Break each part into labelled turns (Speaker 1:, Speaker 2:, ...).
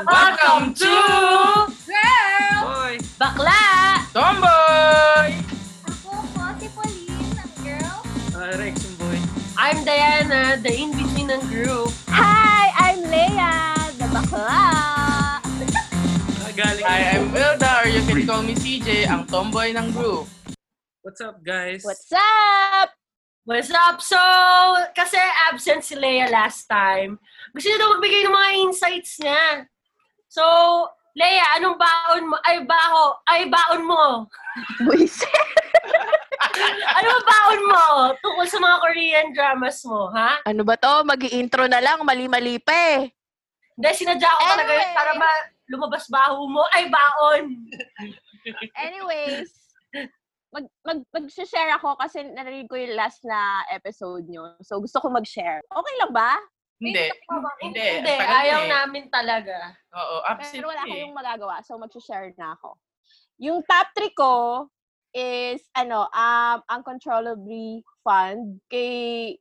Speaker 1: Welcome to
Speaker 2: Girl!
Speaker 1: Boy
Speaker 3: Bakla!
Speaker 1: Tomboy!
Speaker 2: Ako po si Pauline, ang girl.
Speaker 1: Uh, Rex yung boy.
Speaker 3: I'm Diana, the in-between ng group.
Speaker 2: Hi! I'm Leia, the bakla.
Speaker 1: Ah, galing.
Speaker 4: Hi, I'm Wilda, or you can call me CJ, ang tomboy ng group.
Speaker 1: What's up, guys?
Speaker 2: What's up?
Speaker 3: What's up? So, kasi absent si Leia last time. Gusto niya daw magbigay ng mga insights niya. So, Leia, anong baon mo? Ay, baho. Ay, baon mo.
Speaker 2: Buisit.
Speaker 3: Ano ang baon mo tungkol sa mga Korean dramas mo, ha?
Speaker 5: Ano ba to? mag intro na lang, mali-mali pa eh.
Speaker 3: Hindi, sinadya ko talaga yun
Speaker 5: Anyway.
Speaker 3: para ma- lumabas baho mo. Ay, baon.
Speaker 5: Anyways, mag, mag, mag-share ako kasi narinig ko yung last na episode nyo. So, gusto ko mag-share. Okay lang ba?
Speaker 4: Hindi.
Speaker 3: Hindi,
Speaker 4: Hindi,
Speaker 3: Hindi
Speaker 4: tagal na
Speaker 3: ayaw
Speaker 4: eh.
Speaker 3: namin talaga.
Speaker 4: Oo, absent
Speaker 5: Pero wala
Speaker 4: eh.
Speaker 5: kayong magagawa. So, mag-share na ako. Yung top 3 ko is, ano, um, Uncontrollably Fund kay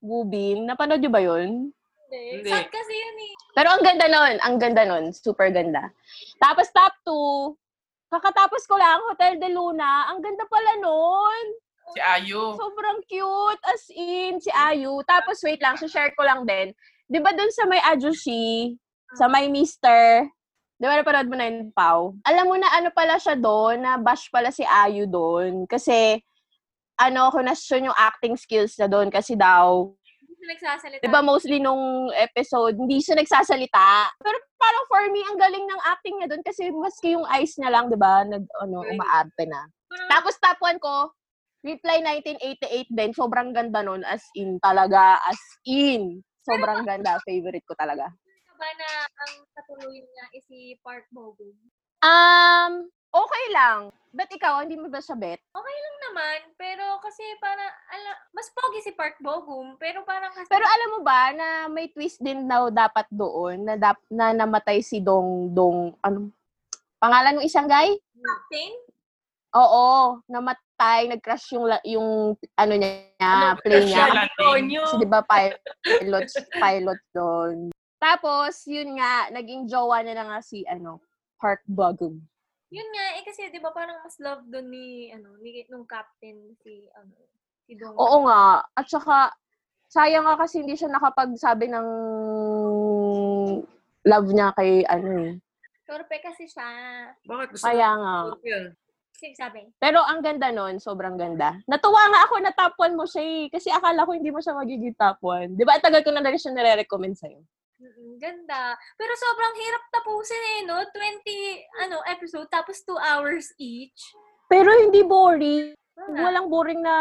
Speaker 5: Wubin. Napanood nyo ba yun?
Speaker 1: Hindi.
Speaker 2: Sad kasi yun eh.
Speaker 5: Pero ang ganda nun. Ang ganda nun. Super ganda. Tapos top 2, kakatapos ko lang, Hotel de Luna. Ang ganda pala nun.
Speaker 4: Si Ayu.
Speaker 5: Sobrang cute. As in, si Ayu. Tapos wait lang, share ko lang din. Di ba dun sa may Ajushi, sa may Mister, di ba napanood mo na yun, Pau? Alam mo na ano pala siya doon, na bash pala si Ayu doon. Kasi, ano, kunasyon yung acting skills na doon kasi daw,
Speaker 2: Hindi siya nagsasalita.
Speaker 5: Di ba mostly nung episode, hindi siya nagsasalita. Pero parang for me, ang galing ng acting niya doon kasi maski yung eyes niya lang, di ba, nag, ano,
Speaker 2: Right.
Speaker 5: umaarte na. Tapos top one ko, Reply 1988 din. Sobrang ganda nun. As in talaga. As in. Sobrang ganda. Favorite ko talaga.
Speaker 2: Ano ba na ang katuluyan niya is si Park Bogum?
Speaker 5: Um, okay lang. Ba't ikaw? Hindi mo ba siya bet?
Speaker 2: naman, pero kasi para ala, mas pogi si Park Bogum, pero parang kasi
Speaker 5: Pero alam mo ba na may twist din daw dapat doon na, dap, na namatay si Dong Dong ano pangalan ng isang guy?
Speaker 2: something.
Speaker 5: Oo, namatay, nag-crash yung la- yung ano niya, plane niya.
Speaker 4: siya?
Speaker 5: Kasi
Speaker 3: Konyo.
Speaker 5: 'di ba pilot pilot doon. Tapos yun nga naging jowa na na nga si ano, Park Bogum.
Speaker 2: Yun nga, eh kasi di ba parang mas love doon ni, ano, ni, nung captain si, ano, si Dong.
Speaker 5: Oo nga, at saka sayang nga kasi hindi siya nakapagsabi ng love niya kay ano eh.
Speaker 2: Torpe kasi siya.
Speaker 1: Bakit gusto
Speaker 5: Kaya nga.
Speaker 1: mo yun?
Speaker 2: Kasi sabi,
Speaker 5: Pero ang ganda nun, sobrang ganda. Natuwa nga ako na top 1 mo siya eh, kasi akala ko hindi mo siya magiging top 1. Di ba? Ang tagal ko na na rin siya nare-recommend sa'yo.
Speaker 2: "Mm, ganda. Pero sobrang hirap tapusin eh, no? 20, ano, episode, tapos 2 hours each.
Speaker 5: Pero hindi boring.
Speaker 2: Wala.
Speaker 5: Walang boring na,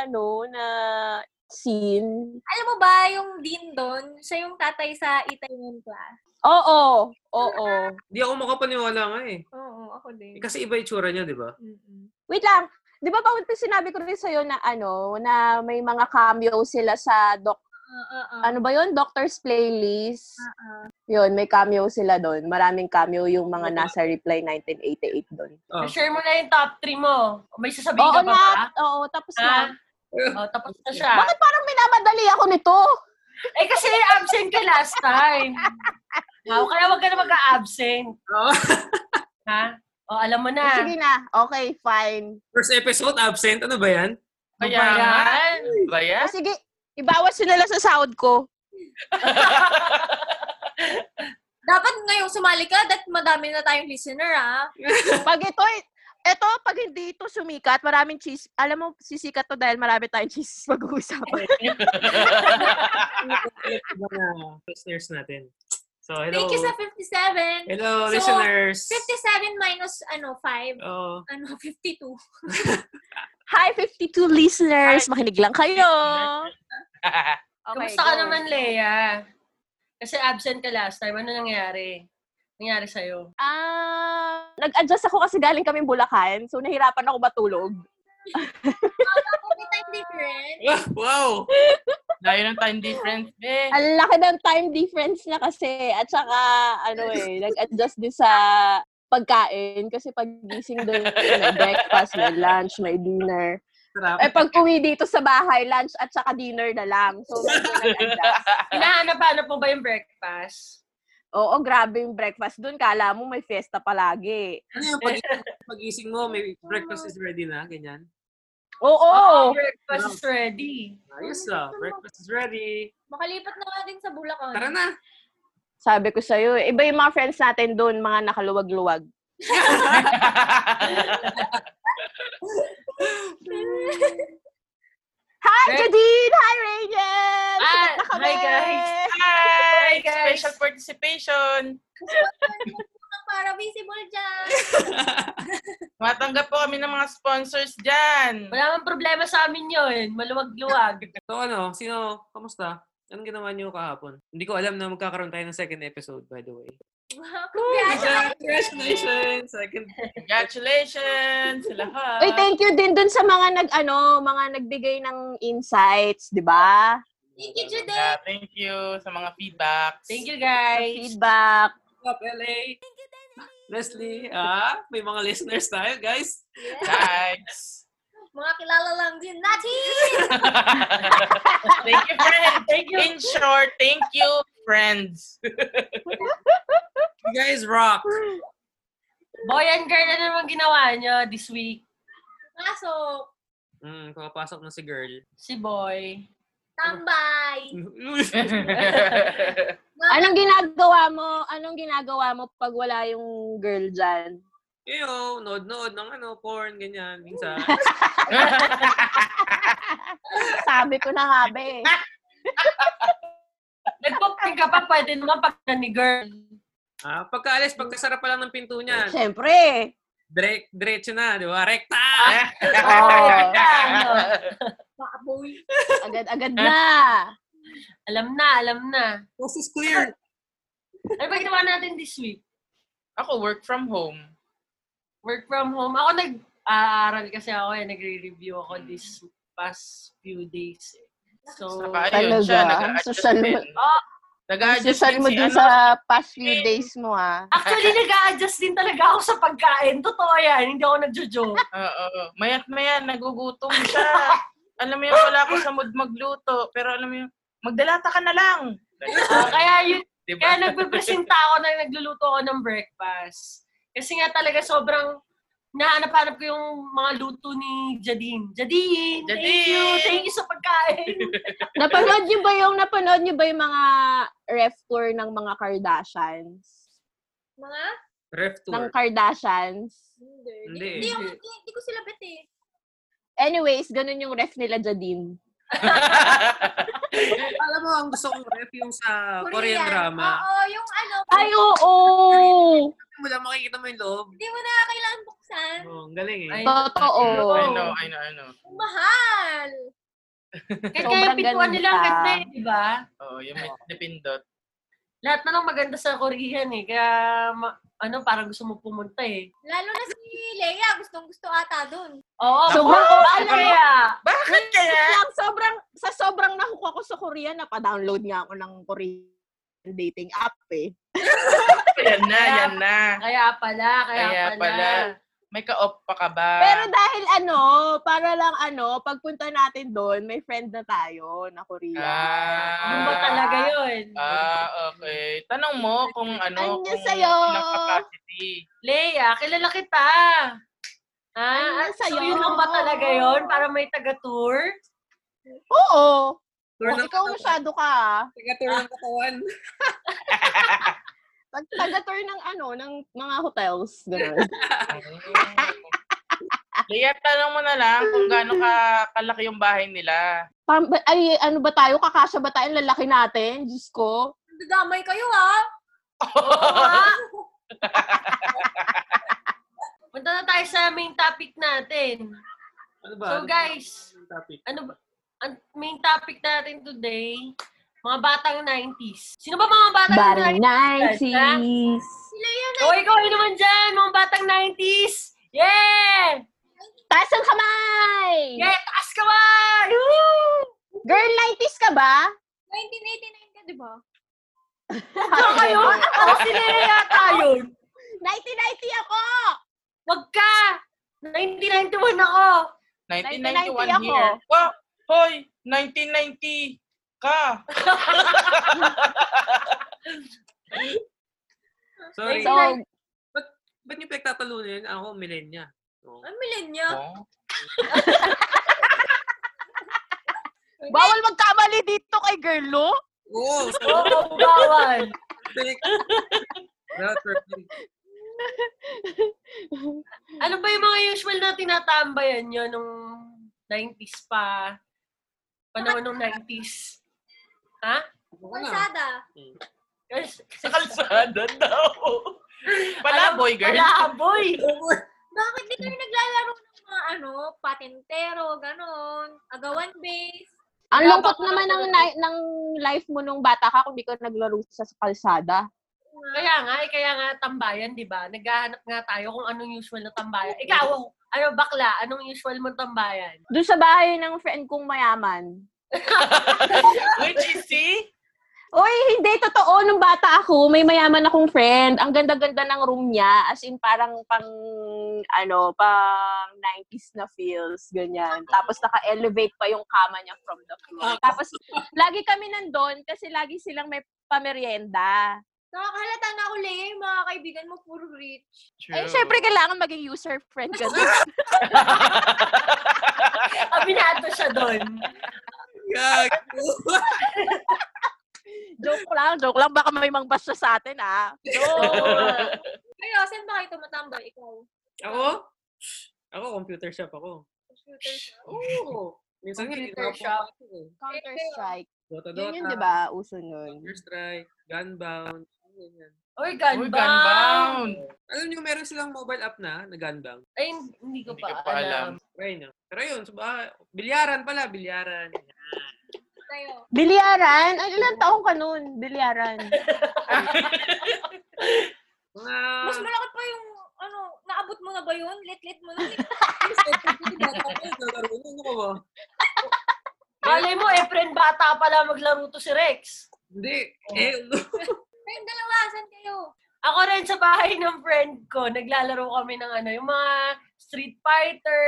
Speaker 5: ano, na scene.
Speaker 2: Alam mo ba, yung Dean doon, siya yung tatay sa Itaewon class.
Speaker 5: Oo, oo.
Speaker 1: Hindi ako makapaniwala nga eh.
Speaker 2: Oo, ako
Speaker 1: Eh,
Speaker 2: din.
Speaker 1: Kasi iba yung tsura niya, di ba?
Speaker 2: Mm-mm.
Speaker 5: Wait lang. Di ba pa sinabi ko rin sa'yo na, ano, na may mga cameo sila sa, doc,
Speaker 2: Ah, ah, ah.
Speaker 5: ano ba yun? Doctor's Playlist.
Speaker 2: Ah, ah.
Speaker 5: Yun, may cameo sila doon. Maraming cameo yung mga nasa Reply 1988 doon.
Speaker 1: Oh.
Speaker 3: Share mo na yung top 3 mo. May sasabihin
Speaker 5: Oo
Speaker 3: ka pa ba?
Speaker 5: na. Oo, tapos
Speaker 3: Ha?
Speaker 5: na.
Speaker 3: Oh, tapos na siya.
Speaker 5: Bakit parang minamadali ako nito?
Speaker 3: Eh, kasi absent ka last time. Wow, kaya wag ka na mag-absent.
Speaker 1: Oo.
Speaker 3: Ha? O, alam mo na.
Speaker 5: Eh, Sige na. Okay, fine.
Speaker 1: First episode, absent. Ano ba yan?
Speaker 4: Kaya
Speaker 3: Ano ba
Speaker 4: nga.
Speaker 3: yan?
Speaker 4: Ba yan?
Speaker 5: O
Speaker 3: Ah.
Speaker 5: sige, ibawas yun nila sa sahod ko.
Speaker 2: Dapat ngayong sumali ka, that madami na tayong listener, ah.
Speaker 5: Pag ito, ito, pag hindi ito sumikat, maraming cheese. Alam mo, sisikat to dahil marami tayong cheese pag-uusapan.
Speaker 1: Mga listeners natin. So, hello.
Speaker 2: Thank you sa 57.
Speaker 1: Hello,
Speaker 2: So,
Speaker 1: listeners.
Speaker 2: 57 minus, ano, 5.
Speaker 1: Oh,
Speaker 2: Ano, 52.
Speaker 5: Hi, 52 listeners. Makinig lang kayo.
Speaker 3: Kamusta ka naman, Leia? Kasi absent ka last time. Ano nangyari? Nangyari sa'yo?
Speaker 5: Ah, nag-adjust ako kasi galing kami Bulacan. So, nahirapan ako matulog.
Speaker 2: Only time difference.
Speaker 1: wow!
Speaker 4: Layo ng time difference, eh.
Speaker 5: Ang laki ng time difference na kasi. At saka, ano eh, nag-adjust din sa pagkain. Kasi pagising doon, may breakfast, may lunch, may dinner.
Speaker 1: Sarap.
Speaker 5: Eh, pag uwi dito sa bahay, lunch at saka dinner na lang. So, medyo nag-adjust.
Speaker 3: Ano Hinahanap-hanap mo ba yung breakfast?
Speaker 5: Oo, grabe yung breakfast dun. Kala mo may fiesta palagi.
Speaker 1: Ano yung pag- pagising mo, may breakfast is ready na, ganyan.
Speaker 5: Oo.
Speaker 3: breakfast is ready.
Speaker 1: Ayos ah, breakfast is ready.
Speaker 2: Makalipat na nga din sa Bulacan.
Speaker 1: Tara na!
Speaker 5: Sabi ko sa'yo, eh. iba yung mga friends natin doon, mga nakaluwag-luwag. Hi,
Speaker 3: Right.
Speaker 5: Jadine! Hi, Rachel!
Speaker 3: Ah,
Speaker 5: Sagot na kami!
Speaker 3: hi, guys!
Speaker 4: Hi!
Speaker 3: Hi, guys.
Speaker 4: Special participation!
Speaker 2: Para visible dyan.
Speaker 4: Matanggap po kami ng mga sponsors dyan.
Speaker 3: Wala mang problema sa amin yun. Maluwag-luwag.
Speaker 1: So ano, sino, kamusta? Anong ginawa niyo kahapon? Hindi ko alam na magkakaroon tayo ng second episode, by the way.
Speaker 2: Congratulations!
Speaker 1: Congratulations! Second
Speaker 4: Congratulations sa
Speaker 3: Ah.
Speaker 4: lahat.
Speaker 5: Uy, thank you din dun sa mga nag ano, mga nagbigay ng insights, 'di ba?
Speaker 2: Thank you,
Speaker 4: Yeah,
Speaker 2: Jude!
Speaker 4: thank you sa mga feedbacks.
Speaker 3: Thank you,
Speaker 5: Sa
Speaker 3: guys.
Speaker 5: Feedback.
Speaker 1: up, LA! Leslie, ah, may mga listeners tayo, guys.
Speaker 4: Guys.
Speaker 2: Mga kilala lang din natin!
Speaker 4: thank you, friends.
Speaker 3: Thank you.
Speaker 4: In short, thank you, friends.
Speaker 1: You guys rock!
Speaker 3: Boy and girl, ano naman ginawa nyo this week?
Speaker 2: Kaso,
Speaker 1: Hmm, kapapasok na si girl.
Speaker 3: Si Boy.
Speaker 2: tambay!
Speaker 5: Anong ginagawa mo? Anong ginagawa mo pag wala yung girl diyan?
Speaker 1: Eyo, nood-nood ng ano, porn, ganyan, minsan.
Speaker 5: Sabi ko na nga, be.
Speaker 3: Nagpapin ka pa, pwede naman pag na ni girl.
Speaker 1: ah, pagkaalis, pagkasara pa lang ng pinto niyan,
Speaker 5: Siyempre.
Speaker 1: dire- diretso na, di ba? Rekta!
Speaker 4: Ah!
Speaker 2: Baboy!
Speaker 5: Agad-agad na.
Speaker 3: Alam na, alam na.
Speaker 1: Coast is clear!
Speaker 3: Ano ba ginawa natin this week?
Speaker 4: Ako, work from home.
Speaker 3: Work from home. Ako nag-aaral kasi ako eh. Nagre-review ako this past few days eh. So,
Speaker 5: Talaga?
Speaker 4: Saka, Diba? ayun siya, nag-a-adjust
Speaker 5: Social
Speaker 4: din.
Speaker 5: mo-
Speaker 3: Oh.
Speaker 4: Nag-a-adjust
Speaker 5: Susan
Speaker 4: din
Speaker 5: mo
Speaker 4: si
Speaker 5: dun
Speaker 4: ano,
Speaker 5: sa past few days mo, ha?
Speaker 3: actually, nag-a-adjust din talaga ako sa pagkain. Totoo yan. Hindi ako nagjo-joke.
Speaker 4: Oo. Mayat maya, nagugutom siya. alam mo yun, wala ko sa mood magluto. Pero alam mo yun, magdalata ka na lang.
Speaker 3: Ah, kaya yun,
Speaker 4: Diba?
Speaker 3: Kaya nagpipresenta ako na nagluluto ako ng breakfast. Kasi nga talaga sobrang nahanap-hanap ko yung mga luto ni Jadine. Jadine, thank you.
Speaker 4: Jadine!
Speaker 3: Thank you sa pagkain.
Speaker 5: Napanood niyo ba yung napanood niyo ba yung mga ref tour ng mga Kardashians?
Speaker 2: Mga?
Speaker 1: Ref
Speaker 5: Ng
Speaker 1: tour.
Speaker 5: Kardashians?
Speaker 2: Hindi.
Speaker 1: Hindi eh.
Speaker 2: Hindi, ako- hindi, hindi ko sila bet eh.
Speaker 5: Anyways, ganun yung ref nila Jadine.
Speaker 1: Alam mo, ang gusto kong ref yung sa Ah, Korean
Speaker 2: Korean.
Speaker 1: drama.
Speaker 2: Oo, yung ano,
Speaker 5: Ay, oo!
Speaker 1: Alam mo lang, makikita mo yung loob.
Speaker 2: hindi mo na kailangan buksan.
Speaker 1: Oh, ang galing eh.
Speaker 3: Ay,
Speaker 5: Totoo.
Speaker 4: I know, I know, I know.
Speaker 2: Ang Mahal!
Speaker 3: Kahit
Speaker 5: Sobrang
Speaker 3: kaya pintuan
Speaker 5: ganun
Speaker 3: nila ang
Speaker 5: siya.
Speaker 3: ganda eh, di ba?
Speaker 4: Oo, yung may napindot.
Speaker 3: Lahat na lang maganda sa Korean eh. Kaya, ma- ano, parang gusto mo pumunta eh.
Speaker 2: Lalo na si Leia, gustong gusto ata dun.
Speaker 3: Oo,
Speaker 5: So,
Speaker 3: oo,
Speaker 5: bakit-
Speaker 3: ano kaya?
Speaker 4: Bakit
Speaker 5: Wait
Speaker 4: kaya?
Speaker 5: lang, sobrang, sa sobrang nakuha ko sa Korea, napadownload nga ako ng Korean dating app eh.
Speaker 4: yan na, yan na.
Speaker 3: Kaya pala, kaya,
Speaker 4: Kaya
Speaker 3: pala.
Speaker 4: pala. May ka-off pa ka ba?
Speaker 5: Pero dahil ano, para lang ano, pagpunta natin doon, may friend na tayo na Korea.
Speaker 4: Ah,
Speaker 3: Yung ba talaga yun?
Speaker 4: Ah, okay. Tanong mo kung ano,
Speaker 5: Ano
Speaker 4: kung
Speaker 5: sa'yo?
Speaker 4: ilang capacity.
Speaker 3: Leia, kilala kita. Ah,
Speaker 5: Ano
Speaker 3: so
Speaker 5: sa'yo?
Speaker 3: yun lang ba talaga yun? Para may taga-tour?
Speaker 5: Oo.
Speaker 1: Tour ng
Speaker 5: Ikaw
Speaker 1: katawan.
Speaker 5: masyado ka. ah.
Speaker 1: Taga-tour ng katawan.
Speaker 5: Tag- Taga-tour ng ano, ng mga hotels. Ganun.
Speaker 4: Leia, tanong mo na lang kung gaano ka kalaki yung bahay nila.
Speaker 5: Pam- ba- ay, ano ba tayo? Kakasya ba tayo? Ang Lalaki natin? Diyos ko.
Speaker 2: Dadamay kayo ah!
Speaker 3: Oo nga. Punta na tayo sa main topic natin.
Speaker 1: Ano ba?
Speaker 3: So
Speaker 1: Ano ba
Speaker 3: guys,
Speaker 1: yung topic?
Speaker 3: ano ba? Ang main topic natin today, mga batang 90s. Sino ba mga batang
Speaker 5: Barang
Speaker 3: 90s?
Speaker 5: 90s.
Speaker 2: Si Leia na
Speaker 3: Oh, ikaw yun naman dyan, mga batang 90s! Yeah!
Speaker 5: Taas ang kamay!
Speaker 3: Yeah, taas ka ba? Woo!
Speaker 5: Girl, 90s ka ba?
Speaker 2: 1989 ka, di ba?
Speaker 3: Sino kayo? Ako si Lea yata yun.
Speaker 5: 1990 ako!
Speaker 3: Wag ka! 1991 ako.
Speaker 4: 1991
Speaker 5: 1990
Speaker 4: here. Wow! Hoy! 1990 ka!
Speaker 1: Sorry.
Speaker 5: So,
Speaker 1: Ba't niyo pinagtatalunan yun? Ako, milenya. So,
Speaker 2: Ang milenya.
Speaker 4: Oh.
Speaker 6: Bawal magkamali dito kay Girl Lou.
Speaker 1: Oo! So,
Speaker 3: Oo, bawal.
Speaker 1: perfect. That's perfect.
Speaker 3: Ano ba yung mga usual na tinatambayan nyo nung 90s pa? Panahon nung 90s?
Speaker 1: Ano na?
Speaker 2: Kalsada.
Speaker 3: Yes.
Speaker 4: Sa kalsada daw. Palaboy, girl.
Speaker 3: Palaboy!
Speaker 2: Bakit di kayo naglalaro ng mga ano, patentero, ganon, agawan base?
Speaker 5: ang
Speaker 2: Wala
Speaker 5: lungkot
Speaker 2: ba ako
Speaker 5: naman ng, ni- ng life mo nung bata ka kung di ka naglaro sa kalsada.
Speaker 3: Kaya nga, eh, kaya nga tambayan, di ba? Naghahanap nga tayo kung anong usual na tambayan. Ikaw, ano bakla, anong usual mo tambayan?
Speaker 5: Doon sa bahay ng friend kong mayaman.
Speaker 4: Which is see?
Speaker 5: Uy, hindi totoo nung bata ako, may mayaman akong friend. Ang ganda-ganda ng room niya, as in parang pang ano, pang 90s na feels, ganyan. Tapos naka-elevate pa yung kama niya from the floor. Tapos lagi kami nandoon kasi lagi silang may pamerienda.
Speaker 2: Nakakalata na ako, Leia, yung mga kaibigan mo, puro rich.
Speaker 5: Eh, syempre kailangan maging user friend ka doon.
Speaker 3: Abinato siya doon.
Speaker 1: Gag!
Speaker 5: joke lang, joke lang. Baka may mangbas siya sa atin, ah.
Speaker 3: Joke.
Speaker 2: Kayo, saan ba kayo tumatambay? Ikaw,
Speaker 1: Ako? Ako, computer shop ako.
Speaker 2: computer siya.
Speaker 1: Oo! Minsan nga,
Speaker 3: Computer
Speaker 1: tinapon
Speaker 3: shop.
Speaker 1: ako eh.
Speaker 5: Counter-Strike.
Speaker 1: Dota Dota.
Speaker 5: Yun yun, di ba? Uso nun.
Speaker 1: Counter Strike, Gunbound. yun, yun.
Speaker 4: Uy,
Speaker 3: Uy, ganbang!
Speaker 4: gunbound.
Speaker 1: Alam niyo, meron silang mobile app na, na Gunbound.
Speaker 3: Ay, hindi ko
Speaker 4: Hindi ko
Speaker 3: pa,
Speaker 4: pa alam.
Speaker 3: alam.
Speaker 1: Try nyo. Pero yun, so, ah, bilyaran pala, bilyaran.
Speaker 2: Tayo.
Speaker 5: Bilyaran? Ay, ilang taong ka nun? Bilyaran.
Speaker 1: Mga...
Speaker 2: Mas malaki pa yung, ano, naabot mo na ba yun? Lit-lit mo na.
Speaker 1: Ano ko ba?
Speaker 3: Malay mo, eh, friend bata pala maglaro to si Rex.
Speaker 1: Hindi. Eh,
Speaker 2: Kayong dalawa, saan kayo?
Speaker 3: Ako rin sa bahay ng friend ko, naglalaro kami ng ano, yung mga Street Fighter,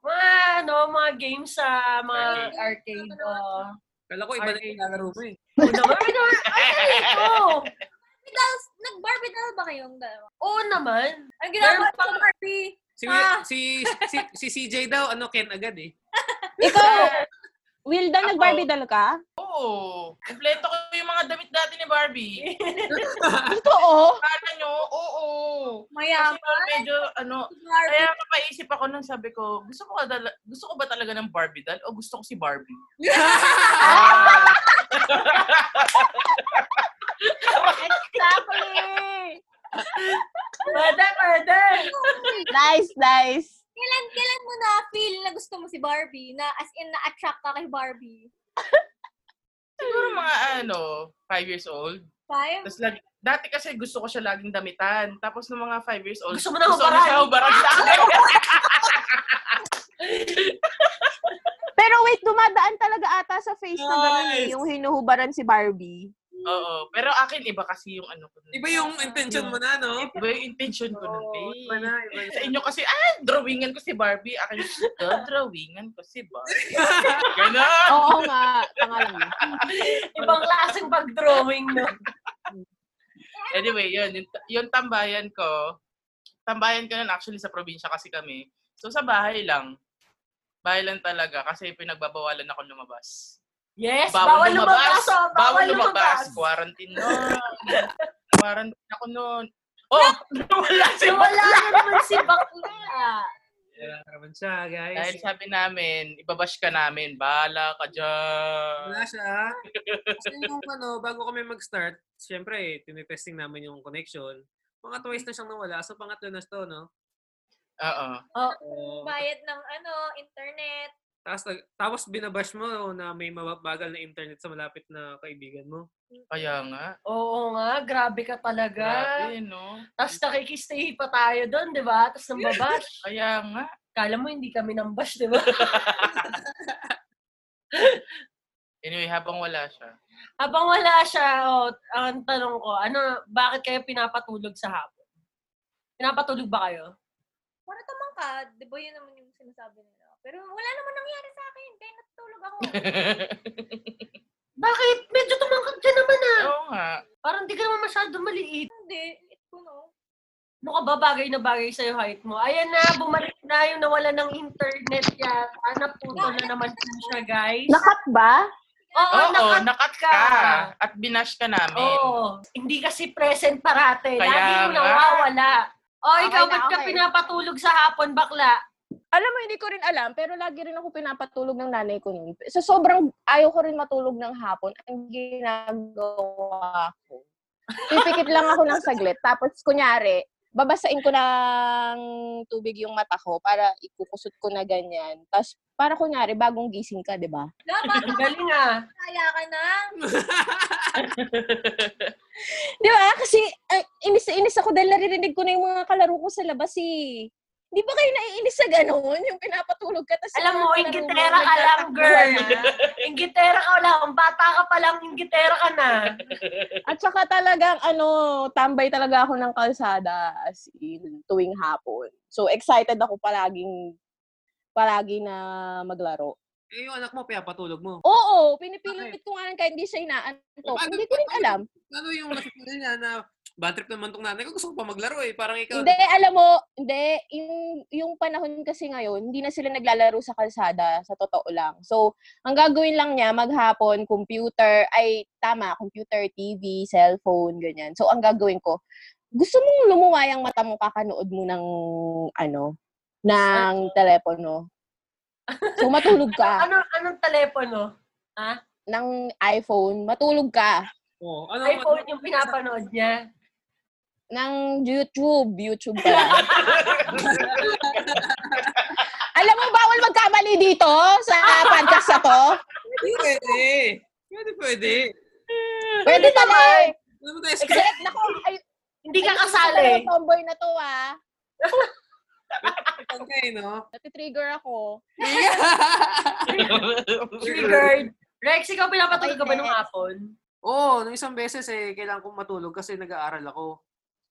Speaker 3: mga ano, mga games sa mga arcade. oo.
Speaker 1: kala ko iba na yung lalaro mo eh.
Speaker 3: Oo naman, ano, ano ito?
Speaker 2: Barbie dolls, nag-Barbie doll ba kayong dalawa?
Speaker 3: Oo naman.
Speaker 2: Ang ginagawa ko
Speaker 3: Meron
Speaker 2: sa Barbie,
Speaker 1: Si,
Speaker 2: Ah.
Speaker 1: si, si, si CJ daw, ano, Ken agad eh.
Speaker 5: Ikaw, Wilda,
Speaker 4: Ako.
Speaker 5: nag-Barbie ka?
Speaker 4: Oo. Kompleto ko yung mga damit dati ni Barbie.
Speaker 5: Totoo?
Speaker 4: Kala nyo, oo. Kasi
Speaker 2: mayaman,
Speaker 4: medyo, ano,
Speaker 2: Barbie.
Speaker 4: kaya mapaisip ako nun, sabi ko, gusto ko, dala- gusto ko ba talaga ng Barbie doll o gusto ko si Barbie?
Speaker 5: Exactly!
Speaker 3: Pwede, pwede.
Speaker 5: nice, nice.
Speaker 2: Kailan, kailan mo na feel na gusto mo si Barbie? Na as in, na-attract ka kay Barbie?
Speaker 4: Siguro mga, ano, five years old.
Speaker 2: Five?
Speaker 4: Tapos lagi, dati kasi gusto ko siya laging damitan. Tapos nung mga five years old,
Speaker 3: Gusto mo na
Speaker 4: ko na siya hubaran sa akin.
Speaker 5: Pero wait, dumadaan talaga ata sa face na gano'n eh,
Speaker 1: Nice.
Speaker 5: yung hinuhubaran si Barbie.
Speaker 4: oo. Pero akin, iba kasi yung ano ko. nun.
Speaker 1: Iba yung intention mo na, no?
Speaker 4: Iba yung intention ko nun, eh.
Speaker 1: Iba
Speaker 4: babe.
Speaker 1: na, iba na.
Speaker 4: Sa inyo kasi, ah, drawingan ko si Barbie. Akin, ah, drawingan ko si Barbie. Oh. Ganon!
Speaker 5: Oo nga, pangalan mo.
Speaker 3: Ibang klaseng pag-drawing, no?
Speaker 4: Anyway, yun. Yung, yung tambayan ko, tambayan ko nun actually sa probinsya kasi kami. So sa bahay lang. Bahay lang talaga kasi pinagbabawalan ako lumabas.
Speaker 3: Yes, bawal, lumabas. oh,
Speaker 4: Bawal, lumabas. Quarantine nun. Quarantine ako nun. Oh! Nawala si
Speaker 3: Wala na naman si bakla.
Speaker 1: Kaya naman siya,
Speaker 4: Dahil
Speaker 1: guys.
Speaker 4: sabi namin, ibabash ka namin. Bahala
Speaker 1: Wala
Speaker 4: ka dyan.
Speaker 1: siya. ah. Kasi nung ano, bago kami mag-start, siyempre, tinitesting namin yung connection. Mga twice na siyang nawala. So, pangatlo na to, no?
Speaker 4: Oo.
Speaker 1: Oo.
Speaker 2: Bayad ng ano, internet.
Speaker 1: Tapos, nag- tapos binabash mo na may mabagal na internet sa malapit na kaibigan mo.
Speaker 4: Kaya nga.
Speaker 3: Oo nga, grabe ka talaga.
Speaker 4: Grabe, no?
Speaker 3: Tapos nakikistay pa tayo doon, di ba? Tapos nambabash.
Speaker 4: Kaya nga.
Speaker 3: Kala mo hindi kami nambash, di ba?
Speaker 4: Anyway, habang wala siya.
Speaker 3: Habang wala siya, oh, ang tanong ko, ano, bakit kayo pinapatulog sa hapon? Pinapatulog ba kayo?
Speaker 2: Para tamang ka, di ba yun naman yung sinasabi nila? Pero wala naman nangyari sa akin, kaya natutulog ako.
Speaker 3: Bakit? Medyo tumangkad ka naman ah.
Speaker 4: Oo nga.
Speaker 3: Parang di ka naman masyado maliit.
Speaker 2: Hindi. Puno.
Speaker 3: Mukha ba bagay na bagay sa'yo height mo? Ayan na, bumalik na yung nawala ng internet yata. Naputo na naman din siya, guys.
Speaker 5: Nakat ba?
Speaker 3: Oo,
Speaker 4: Oo,
Speaker 3: Ah, nakat-
Speaker 4: nakat
Speaker 3: ka.
Speaker 4: ka. At binash ka namin.
Speaker 3: Oo. Hindi kasi present parate.
Speaker 4: Kaya
Speaker 3: Lagi yung
Speaker 4: nga.
Speaker 3: nawawala. O,
Speaker 5: Okay
Speaker 3: ikaw,
Speaker 5: na,
Speaker 3: ba't ka
Speaker 5: okay.
Speaker 3: pinapatulog sa hapon, bakla?
Speaker 5: Alam mo, hindi ko rin alam, pero lagi rin ako pinapatulog ng nanay ko nun. Sa sobrang ayaw ko rin matulog ng hapon, ang ginagawa ko, pipikit lang ako ng saglit. Tapos, kunyari, babasain ko ng tubig yung mata ko para ikukusot ko na ganyan. Tapos, para kunyari, bagong gising ka, di ba?
Speaker 2: Dapat
Speaker 3: Ang galing ah.
Speaker 2: kaya ka na.
Speaker 5: Di ba? Kasi, ay, inis na inis ako dahil naririnig ko na yung mga kalaro ko sa labas eh. Di ba kayo naiinis sa ganun? Yung pinapatulog ka, tapos...
Speaker 3: Alam mo,
Speaker 5: yung kalaro
Speaker 3: inggitera ka lang,
Speaker 5: nagtatakbuhan
Speaker 3: girl.
Speaker 5: na.
Speaker 3: Inggitera ka lang. Bata ka pa lang, inggitera ka na.
Speaker 5: At saka talagang ano, tambay talaga ako ng kalsada as in tuwing hapon. So excited ako palaging palagi na maglaro.
Speaker 1: Eh, yung anak mo, pinapatulog mo.
Speaker 5: Oo, pinipilit ko nga lang kahit hindi siya inaantok.
Speaker 1: Bakit?
Speaker 5: Hindi ko rin alam.
Speaker 1: Ano yung nasasabi niya na bad trip naman tong nanay ko? Gusto ko pa maglaro eh. Parang ikaw.
Speaker 5: Hindi, alam mo, hindi, yung, yung panahon kasi ngayon, hindi na sila naglalaro sa kalsada, sa totoo lang. So, ang gagawin lang niya, maghapon, computer, ay, tama, computer, TV, cellphone, ganyan. So, ang gagawin ko, gusto mong lumuway ang mata mo, kakanood mo ng, ano, ng telepono. So, matulog ka
Speaker 3: Ano, anong telepono?
Speaker 5: ng iPhone, matulog ka
Speaker 1: Oo. ano,
Speaker 3: iPhone yung pinapanood niya.
Speaker 5: ng YouTube, YouTube ka lang. Alam mo, bawal magkamali dito sa podcast na to.
Speaker 1: Hindi pwede. Pwede, pwede.
Speaker 5: Pwede pala eh.
Speaker 1: Ano ba tayo?
Speaker 5: Except, nako, ay,
Speaker 3: Hindi ka
Speaker 5: ay,
Speaker 3: kasali.
Speaker 5: tomboy na to ah.
Speaker 1: Scriptan ka eh, no?
Speaker 5: Natitrigger ako.
Speaker 3: Triggered. Rex, ikaw pinapatulog ka ba nung hapon?
Speaker 1: Oo, nung isang beses eh, kailangan kong matulog kasi nag-aaral ako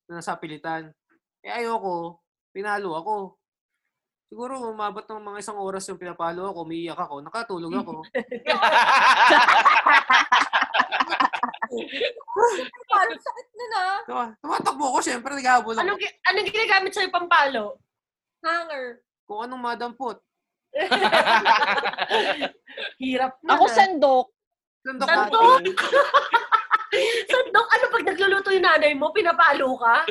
Speaker 1: na nasa pilitan. Eh ayoko, pinalo ako. Siguro umabot ng mga isang oras yung pinapalo ako, umiiyak ako, nakatulog ako.
Speaker 2: Parang sakit na na.
Speaker 1: Tuma- tumatakbo ako, syempre naghahabol ako.
Speaker 3: Anong, gi- anong ginagamit sa'yo pampalo?
Speaker 2: Hanger.
Speaker 1: Kung anong madampot.
Speaker 3: Hirap na.
Speaker 5: Ako
Speaker 3: ah.
Speaker 5: sandok.
Speaker 1: Sandok
Speaker 3: Sandok?
Speaker 1: ako.
Speaker 3: Sandok, ano pag nagluluto yung nanay mo, pinapalo ka?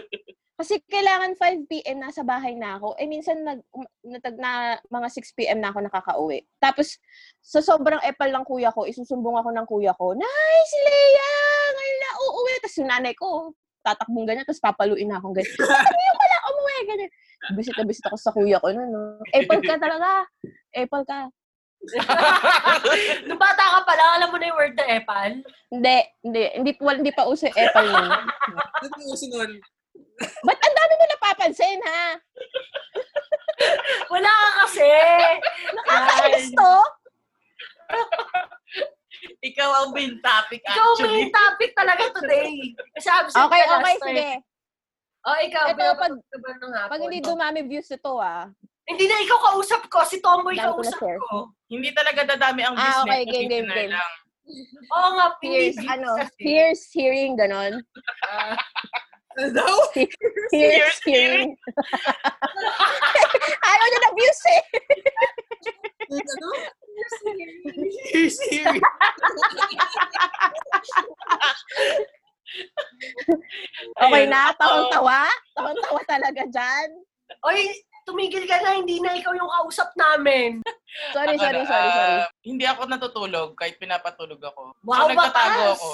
Speaker 5: Kasi kailangan 5 p.m. nasa bahay na ako. Eh, minsan nag, um- natag na mga 6 p.m. na ako nakakauwi. Tapos, sa sobrang epal ng kuya ko, isusumbong ako ng kuya ko, Nay, si Leia! Ngayon na uuwi! Tapos yung nanay ko, tatakbong ganyan, tapos papaluin na akong ganyan. Sabi mo pala umuwi! Ganyan. Bisit na bisit ako sa kuya ko. Ano, no? Epal ka talaga. Epal ka.
Speaker 3: Nung bata ka pala, alam mo na yung word na epal.
Speaker 5: Hindi, hindi. Hindi, wal, hindi pa uso yung epal nun.
Speaker 1: Ano yung uso nun?
Speaker 5: Ba't ang dami mo napapansin, ha?
Speaker 3: Wala ka kasi.
Speaker 5: Nakakainis
Speaker 3: Yan.
Speaker 5: to?
Speaker 4: Ikaw ang main topic,
Speaker 3: Ikaw
Speaker 4: actually.
Speaker 3: main topic talaga today. Kasi absent
Speaker 5: Okay,
Speaker 3: ka last
Speaker 5: okay,
Speaker 3: time.
Speaker 5: sige.
Speaker 3: O, ikaw,
Speaker 5: Ito,
Speaker 3: pinapatulog
Speaker 5: pag-
Speaker 3: ka ba nung hapon?
Speaker 5: Pag hindi dumami views ito, ah.
Speaker 3: Hindi na ikaw kausap ko, si Tomboy
Speaker 5: Dami ko na
Speaker 3: kausap
Speaker 5: share.
Speaker 3: ko.
Speaker 4: Hindi talaga dadami ang
Speaker 5: Ah,
Speaker 4: business.
Speaker 5: okay, game,
Speaker 4: na
Speaker 5: game,
Speaker 4: listener
Speaker 5: game.
Speaker 4: lang.
Speaker 3: Oo nga,
Speaker 5: Here's,
Speaker 3: pinigil
Speaker 5: ano,
Speaker 3: kasi.
Speaker 5: here's hearing, ganon.
Speaker 3: Ah,
Speaker 1: Ano daw?
Speaker 5: Here's
Speaker 4: Here's
Speaker 5: hearing. Ayaw niya na views eh.
Speaker 1: Ano? You're serious.
Speaker 5: Okay
Speaker 4: Ayun.
Speaker 5: na, tawang-tawa. Tawang-tawa talaga dyan.
Speaker 3: Oy, tumigil ka na, hindi na ikaw yung kausap namin.
Speaker 5: Sorry,
Speaker 4: Ako
Speaker 5: sorry, sorry,
Speaker 4: na,
Speaker 5: sorry.
Speaker 4: ah, hindi ako natutulog kahit pinapatulog ako.
Speaker 3: Wow,
Speaker 4: so, nagtatago
Speaker 3: bakas!
Speaker 4: ako.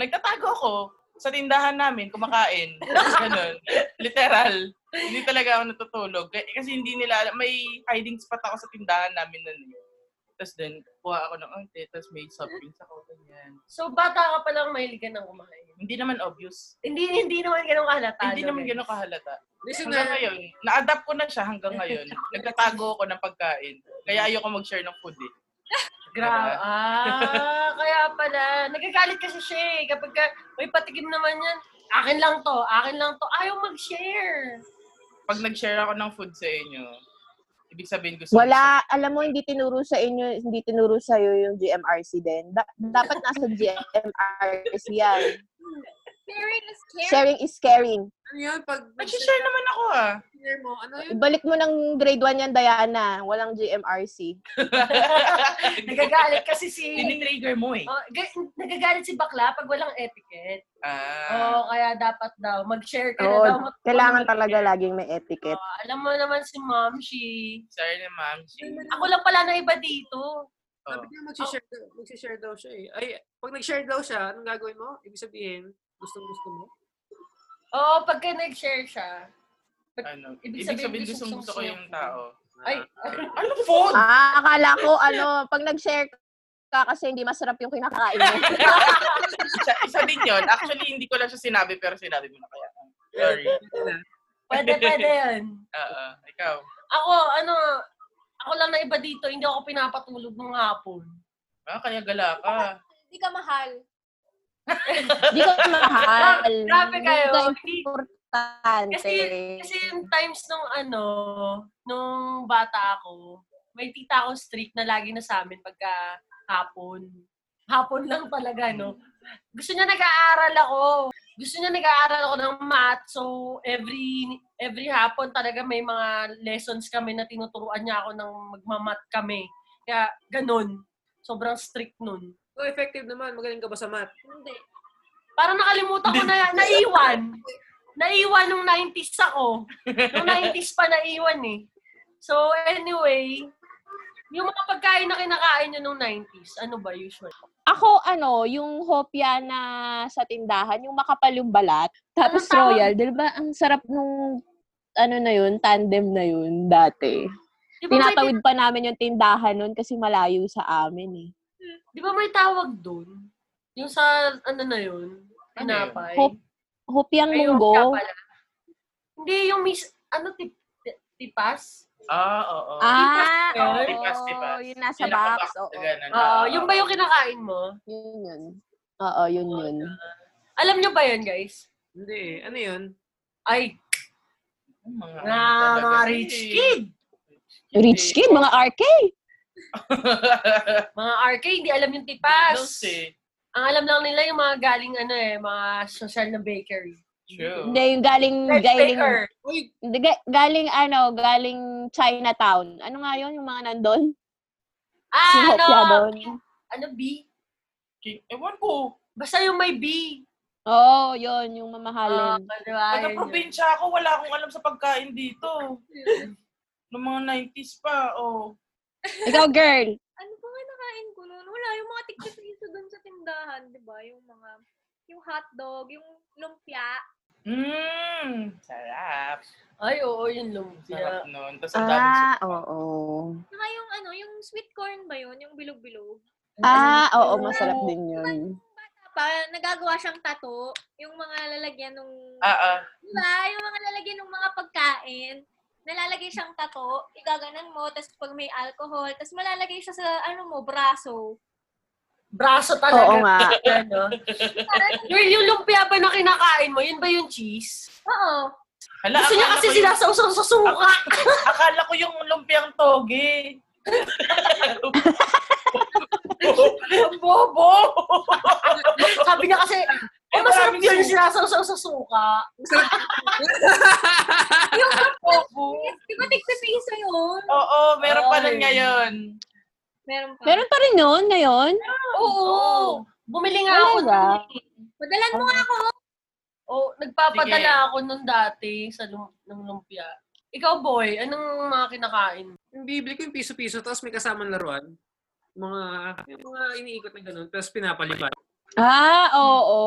Speaker 4: Nagtatago ako sa tindahan namin, kumakain. Ganun. Literal. Hindi talaga ako natutulog. K- Kasi hindi nila, alam- may hiding spot ako sa tindahan namin nun. eh. Tapos din, kuha ako ng onte, tapos may soft drinks ako, ganyan.
Speaker 3: So, bata ka palang mahilig ka ng kumain.
Speaker 4: Hindi naman obvious.
Speaker 3: Hindi, hindi naman ganun kahalata.
Speaker 4: hindi
Speaker 3: no,
Speaker 4: naman
Speaker 3: guys.
Speaker 4: gano'ng kahalata. Hanggang
Speaker 1: Listener,
Speaker 4: ngayon, na-adapt ko na siya hanggang ngayon. Nagtatago ako ng pagkain. Kaya ayoko mag-share ng food eh. Diba?
Speaker 3: Grabe. Ah, kaya pala. Nagagalit kasi siya eh. Kapag ka, may patikim naman yan. Akin lang to, akin lang to. Ayaw mag-share.
Speaker 4: Pag nag-share ako ng food sa inyo, ibig sabihin ko sa
Speaker 5: Wala, alam mo, hindi tinuro sa inyo, hindi tinuro sa'yo yung GMRC din. Da- dapat nasa GMRC yan.
Speaker 2: Sharing is caring.
Speaker 5: Sharing is caring.
Speaker 1: Ano yun? Pag
Speaker 4: Nag-share naman ako ah.
Speaker 1: share mo, ano yun?
Speaker 5: Ibalik mo ng grade 1 yan, Diana. Walang GMRC.
Speaker 3: Nagagalit kasi si...
Speaker 4: Tinitrigger mo eh.
Speaker 3: Oh, ga- nagagalit si bakla pag walang etiquette.
Speaker 4: Ah.
Speaker 3: Oo, kaya dapat daw. Mag-share ka na daw.
Speaker 5: Oo,
Speaker 3: matuto
Speaker 5: kailangan
Speaker 3: ng
Speaker 5: talaga
Speaker 3: etiquette.
Speaker 5: laging may etiquette.
Speaker 3: Oo, alam mo naman si mom, she...
Speaker 4: Sorry na ma'am. She-
Speaker 3: Ako lang pala na iba dito.
Speaker 1: Sabi
Speaker 4: Oh.
Speaker 1: niya, mag-share, daw, mag-share daw siya eh. Ay, pag nag-share daw siya, anong gagawin mo? Ibig sabihin, gustong gusto mo?
Speaker 3: Oo, pagka nag-share siya.
Speaker 4: Ano?
Speaker 3: Ibig
Speaker 4: Ibig
Speaker 3: sabihin,
Speaker 4: sabihin,
Speaker 3: gusto-
Speaker 4: gustong gusto ko yung tao.
Speaker 3: Ay,
Speaker 4: Ano phone?
Speaker 5: Ah, akala ko, ano, pag nag-share ka kasi hindi masarap yung kinakain mo.
Speaker 4: isa, isa din yun. Actually, hindi ko lang siya sinabi, pero sinabi mo na kaya. Sorry.
Speaker 3: pwede, pwede yun.
Speaker 4: Oo. Ikaw.
Speaker 3: Ako, ano, ako lang na iba dito, hindi ako pinapatulog ng hapon.
Speaker 4: Ah, kaya gala ka.
Speaker 2: Hindi ka mahal.
Speaker 5: Hindi ka mahal.
Speaker 3: Grabe kayo.
Speaker 5: Hindi ka
Speaker 3: Hindi-
Speaker 5: importante.
Speaker 3: Kasi- Kasi yung times nung ano, nung bata ako, may tita akong strict na lagi na sa amin pagka hapon. Hapon lang talaga, no? Gusto niya nag-aaral ako. Gusto niya nag-aaral ako ng math. So, every every hapon talaga may mga lessons kami na tinuturuan niya ako ng magmamat kami. Kaya, ganun. Sobrang strict nun.
Speaker 1: So, effective naman. Magaling ka ba sa math?
Speaker 2: Hindi.
Speaker 3: Parang nakalimutan ko na, naiwan. Naiwan nung 90s ako. Nung 90s pa naiwan eh. So anyway, yung mga pagkain na kinakain nyo nung 90s, ano ba usual?
Speaker 5: Ako, ano, yung hopya na sa tindahan, yung makapal yung balat. Tapos
Speaker 3: Anong tawag?
Speaker 5: royal, di ba ang sarap nung, ano na yun, tandem na yun dati.
Speaker 3: Di ba, may,
Speaker 5: Tinatawid pa namin yung tindahan nun kasi malayo sa amin eh.
Speaker 3: di ba may tawag doon? Yung sa, ano na yun?
Speaker 4: Ano
Speaker 3: Tinapay.
Speaker 5: yun? Hopyang
Speaker 3: Ay, hopya
Speaker 5: munggo.
Speaker 3: pala. Hindi, yung mis, ano, tip, ti- tipas?
Speaker 4: Ah, oo.
Speaker 5: Ah,
Speaker 3: Tipas yun?
Speaker 5: oo.
Speaker 4: Tipas, tipas.
Speaker 5: Yun nasa
Speaker 4: Pinaka-box
Speaker 5: box. Oo,
Speaker 4: na ganun. Ah,
Speaker 3: Oo, yung Ah, ba yung kinakain mo?
Speaker 5: yun yun. Oo, yun yun.
Speaker 3: Alam nyo ba yun, guys?
Speaker 1: Hindi eh. Ano yun?
Speaker 3: Ay,
Speaker 4: Mga,
Speaker 3: na,
Speaker 4: talaga
Speaker 3: mga
Speaker 4: eh.
Speaker 3: rich kid!
Speaker 5: Rich kid, mga RK.
Speaker 3: Mga RK, hindi alam yung tipas.
Speaker 4: Noodles eh.
Speaker 3: Ang alam lang nila yung mga galing ano eh, mga social na bakery.
Speaker 4: True.
Speaker 5: Hindi, yung galing,
Speaker 3: Fred
Speaker 5: Hmm, galing,
Speaker 3: Baker.
Speaker 1: Uy,
Speaker 5: hindi, ga- galing ano, galing Chinatown. Ano nga yun, yung mga nandun? Si
Speaker 3: Ah,
Speaker 5: Hopya
Speaker 3: ano?
Speaker 5: doon.
Speaker 3: Ano, B?
Speaker 4: King- Ewan ko.
Speaker 3: Basta yung may B.
Speaker 5: Oo, oh, yun, yung
Speaker 3: Ah,
Speaker 5: mamahalin.
Speaker 3: diba?
Speaker 4: Taga
Speaker 3: Yun yun.
Speaker 4: probinsya ako, wala akong alam sa pagkain dito. Noong mga 90s pa, oh.
Speaker 5: Ikaw, girl.
Speaker 2: Ano ba nga nakain ko noon? Wala, yung mga tiktipiso doon sa tindahan, di ba? Yung mga, yung hotdog, yung lumpia.
Speaker 4: Mmm, sarap.
Speaker 3: Ay, oo, yun lumpia.
Speaker 4: Sarap nun. Tapos ang dami
Speaker 5: Ah,
Speaker 4: suka.
Speaker 5: oo.
Speaker 2: Saka yung ano, yung sweet corn ba yun? Yung bilog-bilog.
Speaker 5: Ah, oo, masarap din yun.
Speaker 2: Pa, nagagawa siyang tato. Yung mga lalagyan nung,
Speaker 4: Ah, ah.
Speaker 2: diba? Yung mga lalagyan ng mga pagkain. Nalalagay siyang tato, igaganan mo, tapos pag may alcohol, tapos malalagay siya sa, ano mo, braso.
Speaker 3: Braso
Speaker 5: Oo
Speaker 3: talaga.
Speaker 5: nga.
Speaker 3: ano?
Speaker 2: Parang,
Speaker 3: Girl, yung lumpia ba na kinakain mo, yun ba yung cheese?
Speaker 2: oo.
Speaker 4: Hala,
Speaker 3: Gusto niya
Speaker 4: akala ko
Speaker 3: kasi
Speaker 4: yung-
Speaker 3: sinasausaw sa suka.
Speaker 4: Akala ko yung lumpiang toge. Bobo!
Speaker 3: Sabi niya kasi, eh, masarap yun yung sinasausaw sa suka.
Speaker 4: Bobo!
Speaker 2: Yes, di ba tiktipiso yun?
Speaker 4: Oo, meron pa nun
Speaker 3: Ay.
Speaker 4: ngayon.
Speaker 2: Meron pa.
Speaker 5: Meron pa rin yun ngayon?
Speaker 3: Oo. Bumili nga ako
Speaker 5: Talaga?
Speaker 3: nun eh.
Speaker 2: Oh. Ano Padalan mo nga ako.
Speaker 3: Oh,
Speaker 4: Sige.
Speaker 3: nagpapadala ako nung dati sa lum- ng lumpia. Ikaw, boy, anong mga kinakain?
Speaker 1: yung bibili ko yung piso-piso, tapos may kasamang laruan. Mga, yung mga iniikot na ganun, tapos pinapalipad.
Speaker 5: Ah, oo.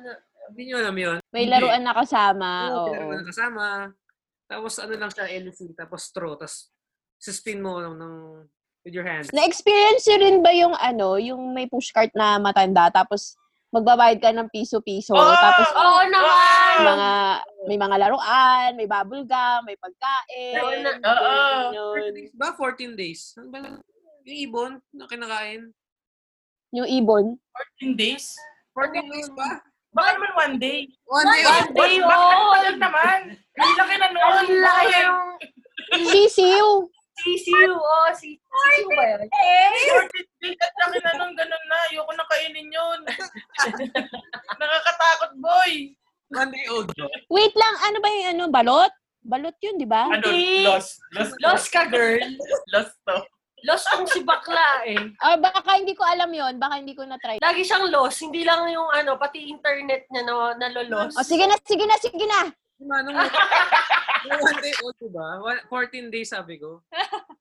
Speaker 3: Ano?
Speaker 1: Hindi nyo alam yun.
Speaker 5: May
Speaker 4: Hindi.
Speaker 5: laruan na kasama.
Speaker 1: Oo,
Speaker 5: Oo.
Speaker 1: pinapalipad kasama. Tapos ano lang siya, LC, tapos straw, tapos suspin mo lang ng, with your hand.
Speaker 5: Na-experience nyo rin ba yung ano, yung may pushcart na matanda, tapos magbabayad ka ng piso-piso,
Speaker 4: Oh!
Speaker 5: tapos
Speaker 3: Ah! Oo naman!
Speaker 5: may mga, may mga laruan, may bubble gum, may pagkain.
Speaker 3: Oo na-
Speaker 5: may
Speaker 4: oo.
Speaker 5: ganyan.
Speaker 1: days ba? 14 days. Ano ba? Yung ibon na kinakain.
Speaker 5: Yung ibon.
Speaker 4: 14 days?
Speaker 1: 14 days ba?
Speaker 4: Baka naman one oh. day.
Speaker 1: One day.
Speaker 3: One day
Speaker 4: Bak- Bakit
Speaker 3: yun!
Speaker 4: tagal naman? Ang laki na nun.
Speaker 3: Ang laki yung
Speaker 5: Sisiw.
Speaker 3: sisiu. Oh, si, sisiu ba yun?
Speaker 4: Shorted cake at laki na nun, ganun na. Ayoko na kainin yun. Nakakatakot, boy.
Speaker 1: Monday Ojo.
Speaker 5: Wait lang, ano ba yung ano, balot? Balot yun, di ba?
Speaker 4: Ano,
Speaker 3: Hindi.
Speaker 4: lost. Lost,
Speaker 3: Lost ka, girl.
Speaker 4: Lost to.
Speaker 3: Lost kung si bakla eh.
Speaker 5: Ah, baka hindi ko alam yon baka hindi ko na-try.
Speaker 3: Lagi siyang lost. Hindi lang yung ano, pati internet niya no,
Speaker 5: O,
Speaker 3: nalolos.
Speaker 5: Oh, sige na, sige na, sige na.
Speaker 1: Si Manong, yung one day old, diba? One- 14 days, sabi ko.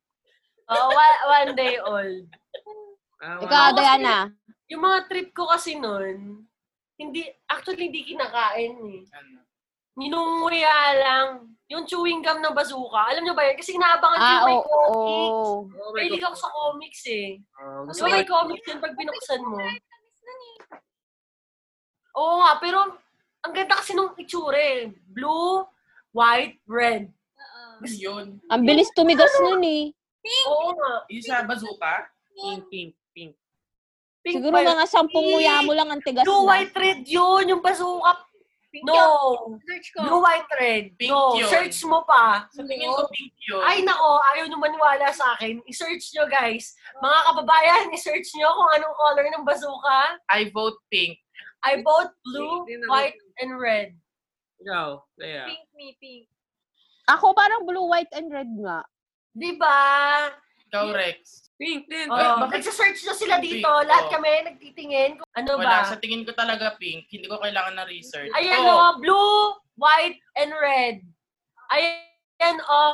Speaker 3: Oh, one, one day old.
Speaker 1: Ah, one-
Speaker 5: Ikaw, Diana.
Speaker 3: Yung mga trip ko kasi noon, hindi, actually hindi kinakain eh.
Speaker 4: Ano?
Speaker 3: Ninunguya lang. Yung chewing gum ng bazooka. Alam niyo ba yun? Kasi inaabangan ko
Speaker 5: Ah,
Speaker 3: yung may
Speaker 5: oo.
Speaker 3: comics.
Speaker 5: oo.
Speaker 1: Oh my
Speaker 3: Mahilig
Speaker 1: God.
Speaker 3: ako sa comics eh.
Speaker 1: Oh, gusto
Speaker 3: So,
Speaker 1: ko
Speaker 3: may comics yun pag binuksan mo.
Speaker 2: Tamis nun eh.
Speaker 3: Oo nga, pero ang ganda kasi nung itsura eh. Blue, white, red.
Speaker 2: Oo.
Speaker 4: Yun.
Speaker 5: Ang bilis tumigas
Speaker 3: Ano?
Speaker 5: nun eh.
Speaker 3: Oo nga.
Speaker 4: Yung sa bazooka?
Speaker 1: pink, pink, pink.
Speaker 3: Pink
Speaker 5: Siguro
Speaker 3: pa yun.
Speaker 5: mga sampung nguya mo lang ang tigas
Speaker 3: Blue,
Speaker 5: na.
Speaker 3: white, red yun. Yung bazooka.
Speaker 2: Pink yun.
Speaker 3: No.
Speaker 2: Search ko.
Speaker 3: Blue, white, red.
Speaker 4: Pink
Speaker 3: No.
Speaker 4: yun.
Speaker 3: Search mo pa.
Speaker 4: Sa tingin ko, pink yun.
Speaker 3: Ay nako, ayaw nyo maniwala sa akin. I-search nyo guys. Mga kababayan, i-search nyo kung anong color ng bazooka.
Speaker 4: I vote pink.
Speaker 3: I vote blue, white, and red.
Speaker 1: Ikaw, Lea.
Speaker 2: Pink me, pink.
Speaker 5: Ako parang blue, white, and red nga.
Speaker 3: Di ba?
Speaker 4: Ikaw, Rex.
Speaker 1: Pink din.
Speaker 3: Oh, nagsisearch na sila dito.
Speaker 4: Pink,
Speaker 3: Lahat
Speaker 4: oh.
Speaker 3: kami nagtitingin. kung Ano
Speaker 4: Wala.
Speaker 3: ba?
Speaker 4: Sa tingin ko talaga pink. Hindi ko kailangan na research.
Speaker 3: Ayan
Speaker 4: Oh,
Speaker 3: oh, blue, white, and red. Ayan oh.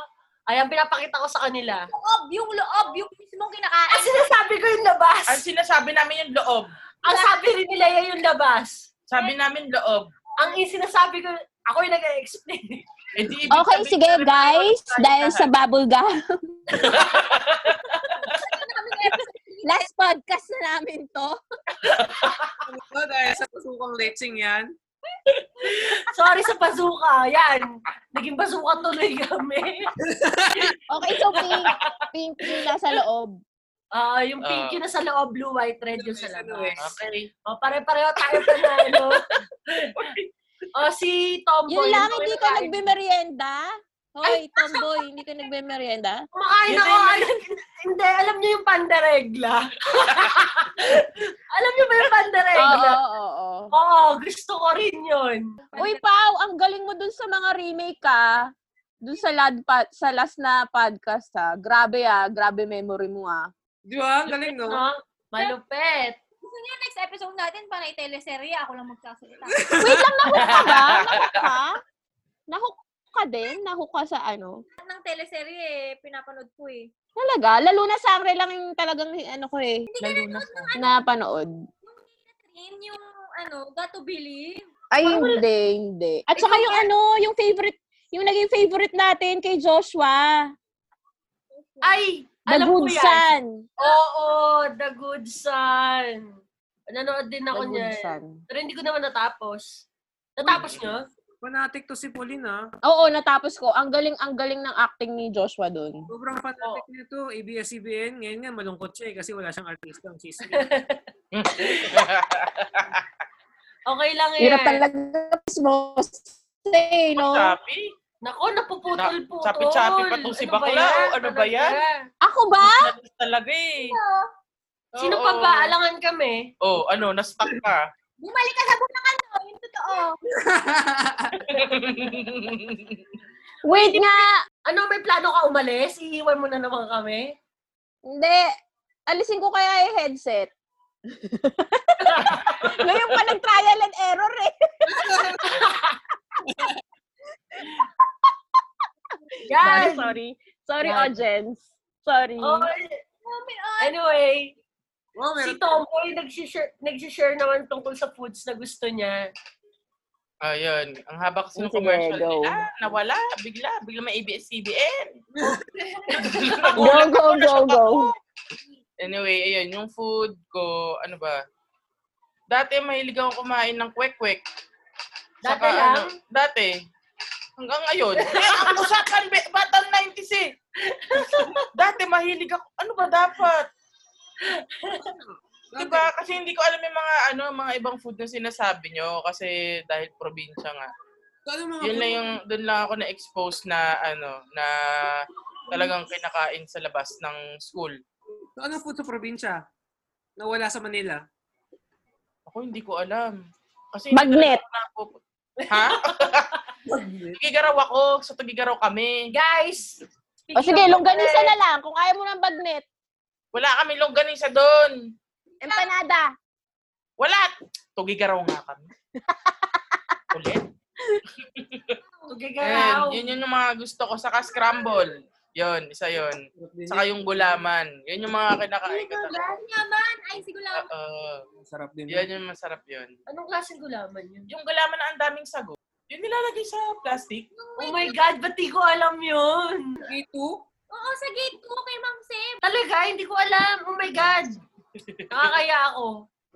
Speaker 3: Ayan, pinapakita ko sa kanila.
Speaker 2: Loob, yung loob, yung mismong kinakain.
Speaker 3: Ang sinasabi ko yung labas.
Speaker 4: Ang sinasabi namin yung loob.
Speaker 3: Ang sabi rin nila yan yung labas.
Speaker 4: Sabi namin loob.
Speaker 3: Ang sinasabi ko, ako yung nag-explain.
Speaker 4: Eh, di ibig
Speaker 5: Okay,
Speaker 4: sabihin
Speaker 5: sige
Speaker 4: talaga
Speaker 5: guys,
Speaker 4: wala tayong
Speaker 5: dahil sa
Speaker 4: lahat.
Speaker 5: bubble gum.
Speaker 2: Ano namin episode?
Speaker 5: Last podcast na namin to.
Speaker 1: Ano to, dahil sa sukang leching yan.
Speaker 3: Sorry sa bazooka. Yan. Naging bazooka tuloy kami.
Speaker 5: Okay, so pink. Pink yung nasa loob.
Speaker 3: Ah, yung pink
Speaker 4: Ah.
Speaker 3: yun na sa loob, blue, white, red yung sa labas.
Speaker 4: Okay.
Speaker 3: Oh, pare-pareho tayo panalo. oh, si Tomboy.
Speaker 5: Yun lang,
Speaker 3: yung
Speaker 5: hindi ka
Speaker 3: kumakain.
Speaker 5: nagbimerienda. Hoy, tomboy, hindi ka nagbimerienda.
Speaker 3: Kumakain
Speaker 4: Yun
Speaker 3: ako.
Speaker 4: yung-
Speaker 3: Alam, hindi, alam niyo yung pandaregla. alam niyo ba yung
Speaker 5: Oo,
Speaker 3: pandaregla?
Speaker 5: oo, oo.
Speaker 3: Oo, gusto ko rin yun.
Speaker 5: Uy, Pau, ang galing mo dun sa mga remake ka. Dun sa, lad pa- sa last na podcast ha. Grabe ah, grabe memory mo ah.
Speaker 1: Di ba? Ang galing, no?
Speaker 3: No? Malupet.
Speaker 2: Gusto niyo next episode natin para teleserye Ako lang magsasalita.
Speaker 5: Wait lang, nahook ka ba? Nahook ka? Nahook ka din? Nahook ka sa ano?
Speaker 2: Lahat ng teleserye, eh, pinapanood ko eh.
Speaker 5: Talaga? Lalo na sangre lang yung talagang ano ko eh.
Speaker 2: Hindi ka nanood ng ano,
Speaker 5: Napanood.
Speaker 2: Catherine, yung ano, Got to Believe.
Speaker 5: Ay, hindi, hindi. At saka yung ano, yung favorite, yung naging favorite natin kay Joshua.
Speaker 3: Ay,
Speaker 5: The
Speaker 3: alam
Speaker 5: Good
Speaker 3: ko yan.
Speaker 5: Son.
Speaker 3: Oo, The Good Son. Nanood din
Speaker 5: The
Speaker 3: ako
Speaker 5: Good
Speaker 3: niyan.
Speaker 5: Son.
Speaker 3: Pero hindi ko naman natapos. Natapos
Speaker 4: Hmm.
Speaker 3: nyo?
Speaker 1: Fanatic to si Pauline, ah. ha?
Speaker 5: Oo, natapos ko. Ang galing, ang galing ng acting ni Joshua dun.
Speaker 1: Sobrang fanatic nito. ABS-CBN, ngayon nga malungkot siya eh, kasi wala siyang artista. Ang sisi.
Speaker 3: Okay lang yan.
Speaker 5: Hirap talaga mismo. Say, no?
Speaker 4: Sabi?
Speaker 3: Nako, napuputol-putol.
Speaker 4: Chapi-chapi pa tong si bakla,
Speaker 3: yan?
Speaker 4: o ano ba yan?
Speaker 3: Talaga.
Speaker 5: Ako ba?
Speaker 4: Tapos talaga eh.
Speaker 3: Sino
Speaker 4: Oo.
Speaker 3: pa ba? Alangan kami.
Speaker 4: Oh, ano, na-stuck ka.
Speaker 2: Bumalik ka sa Bulacan, no? Yung totoo.
Speaker 5: Wait nga!
Speaker 3: Ano, may plano ka umalis? Iiwan mo na naman kami?
Speaker 5: Hindi. Alisin ko kaya yung headset. Ngayon pa nag-trial and error eh. Sorry,
Speaker 3: Yan!
Speaker 5: sorry. Sorry,
Speaker 3: Yan.
Speaker 5: audience. Sorry.
Speaker 3: Okay.
Speaker 2: Mami, oh,
Speaker 3: Anyway,
Speaker 1: oh, meron.
Speaker 3: si Tomboy nagsishare, nagsishare naman tungkol sa foods na gusto niya.
Speaker 4: Ayun. Ang haba kasi ng
Speaker 5: Sige,
Speaker 4: commercial
Speaker 5: go.
Speaker 4: nila. Nawala. Bigla. Bigla may ABS-CBN.
Speaker 5: Go, go, go, go.
Speaker 4: Anyway, ayun. Yung food ko, ano ba? Dati mahilig ako kumain ng kwek-kwek.
Speaker 3: Dati
Speaker 4: Saka
Speaker 3: lang?
Speaker 4: ano, dati. Hanggang ngayon. Eh, ako usapan, be, batang 90s eh. dati mahilig ako. Ano ba dapat? Diba? Kasi hindi ko alam yung mga, ano, mga ibang food na sinasabi nyo. Kasi dahil probinsya nga.
Speaker 1: Ano mga
Speaker 4: Yun lang yung, doon lang ako na-expose na, ano, na talagang kinakain sa labas ng school.
Speaker 1: Ano food sa probinsya? Nawala sa Manila.
Speaker 4: Ako hindi ko alam. Kasi
Speaker 5: Magnet.
Speaker 4: hindi talaga ako- Ha? Tugigaraw ako. Sa Tugigaraw kami.
Speaker 3: Guys,
Speaker 5: O sige, longganisa na lang. Kung ayaw mo ng bagnet.
Speaker 4: Wala kami longganisa doon.
Speaker 5: Empanada.
Speaker 4: Wala. Tugigaraw nga kami. Ulit.
Speaker 3: Tugigaraw.
Speaker 4: Yun, yun, yun yung mga gusto ko. Saka scramble. Yun, isa yun. Saka yung gulaman. Yun yung mga kinakain ko talaga.
Speaker 2: Yaman! Ay, sigula.
Speaker 4: Oo.
Speaker 1: Sarap din.
Speaker 4: Yun yung masarap yun.
Speaker 3: Anong klaseng gulaman yun?
Speaker 4: Yung gulaman na ang daming sago. Yun nilalagay sa plastic.
Speaker 3: Oh my God, ba't di ko alam yun?
Speaker 1: Ito?
Speaker 2: Oo, sa gate 2 kay Ma'am Sem.
Speaker 3: Talaga, hindi ko alam. Oh my God. Nakakaya ako.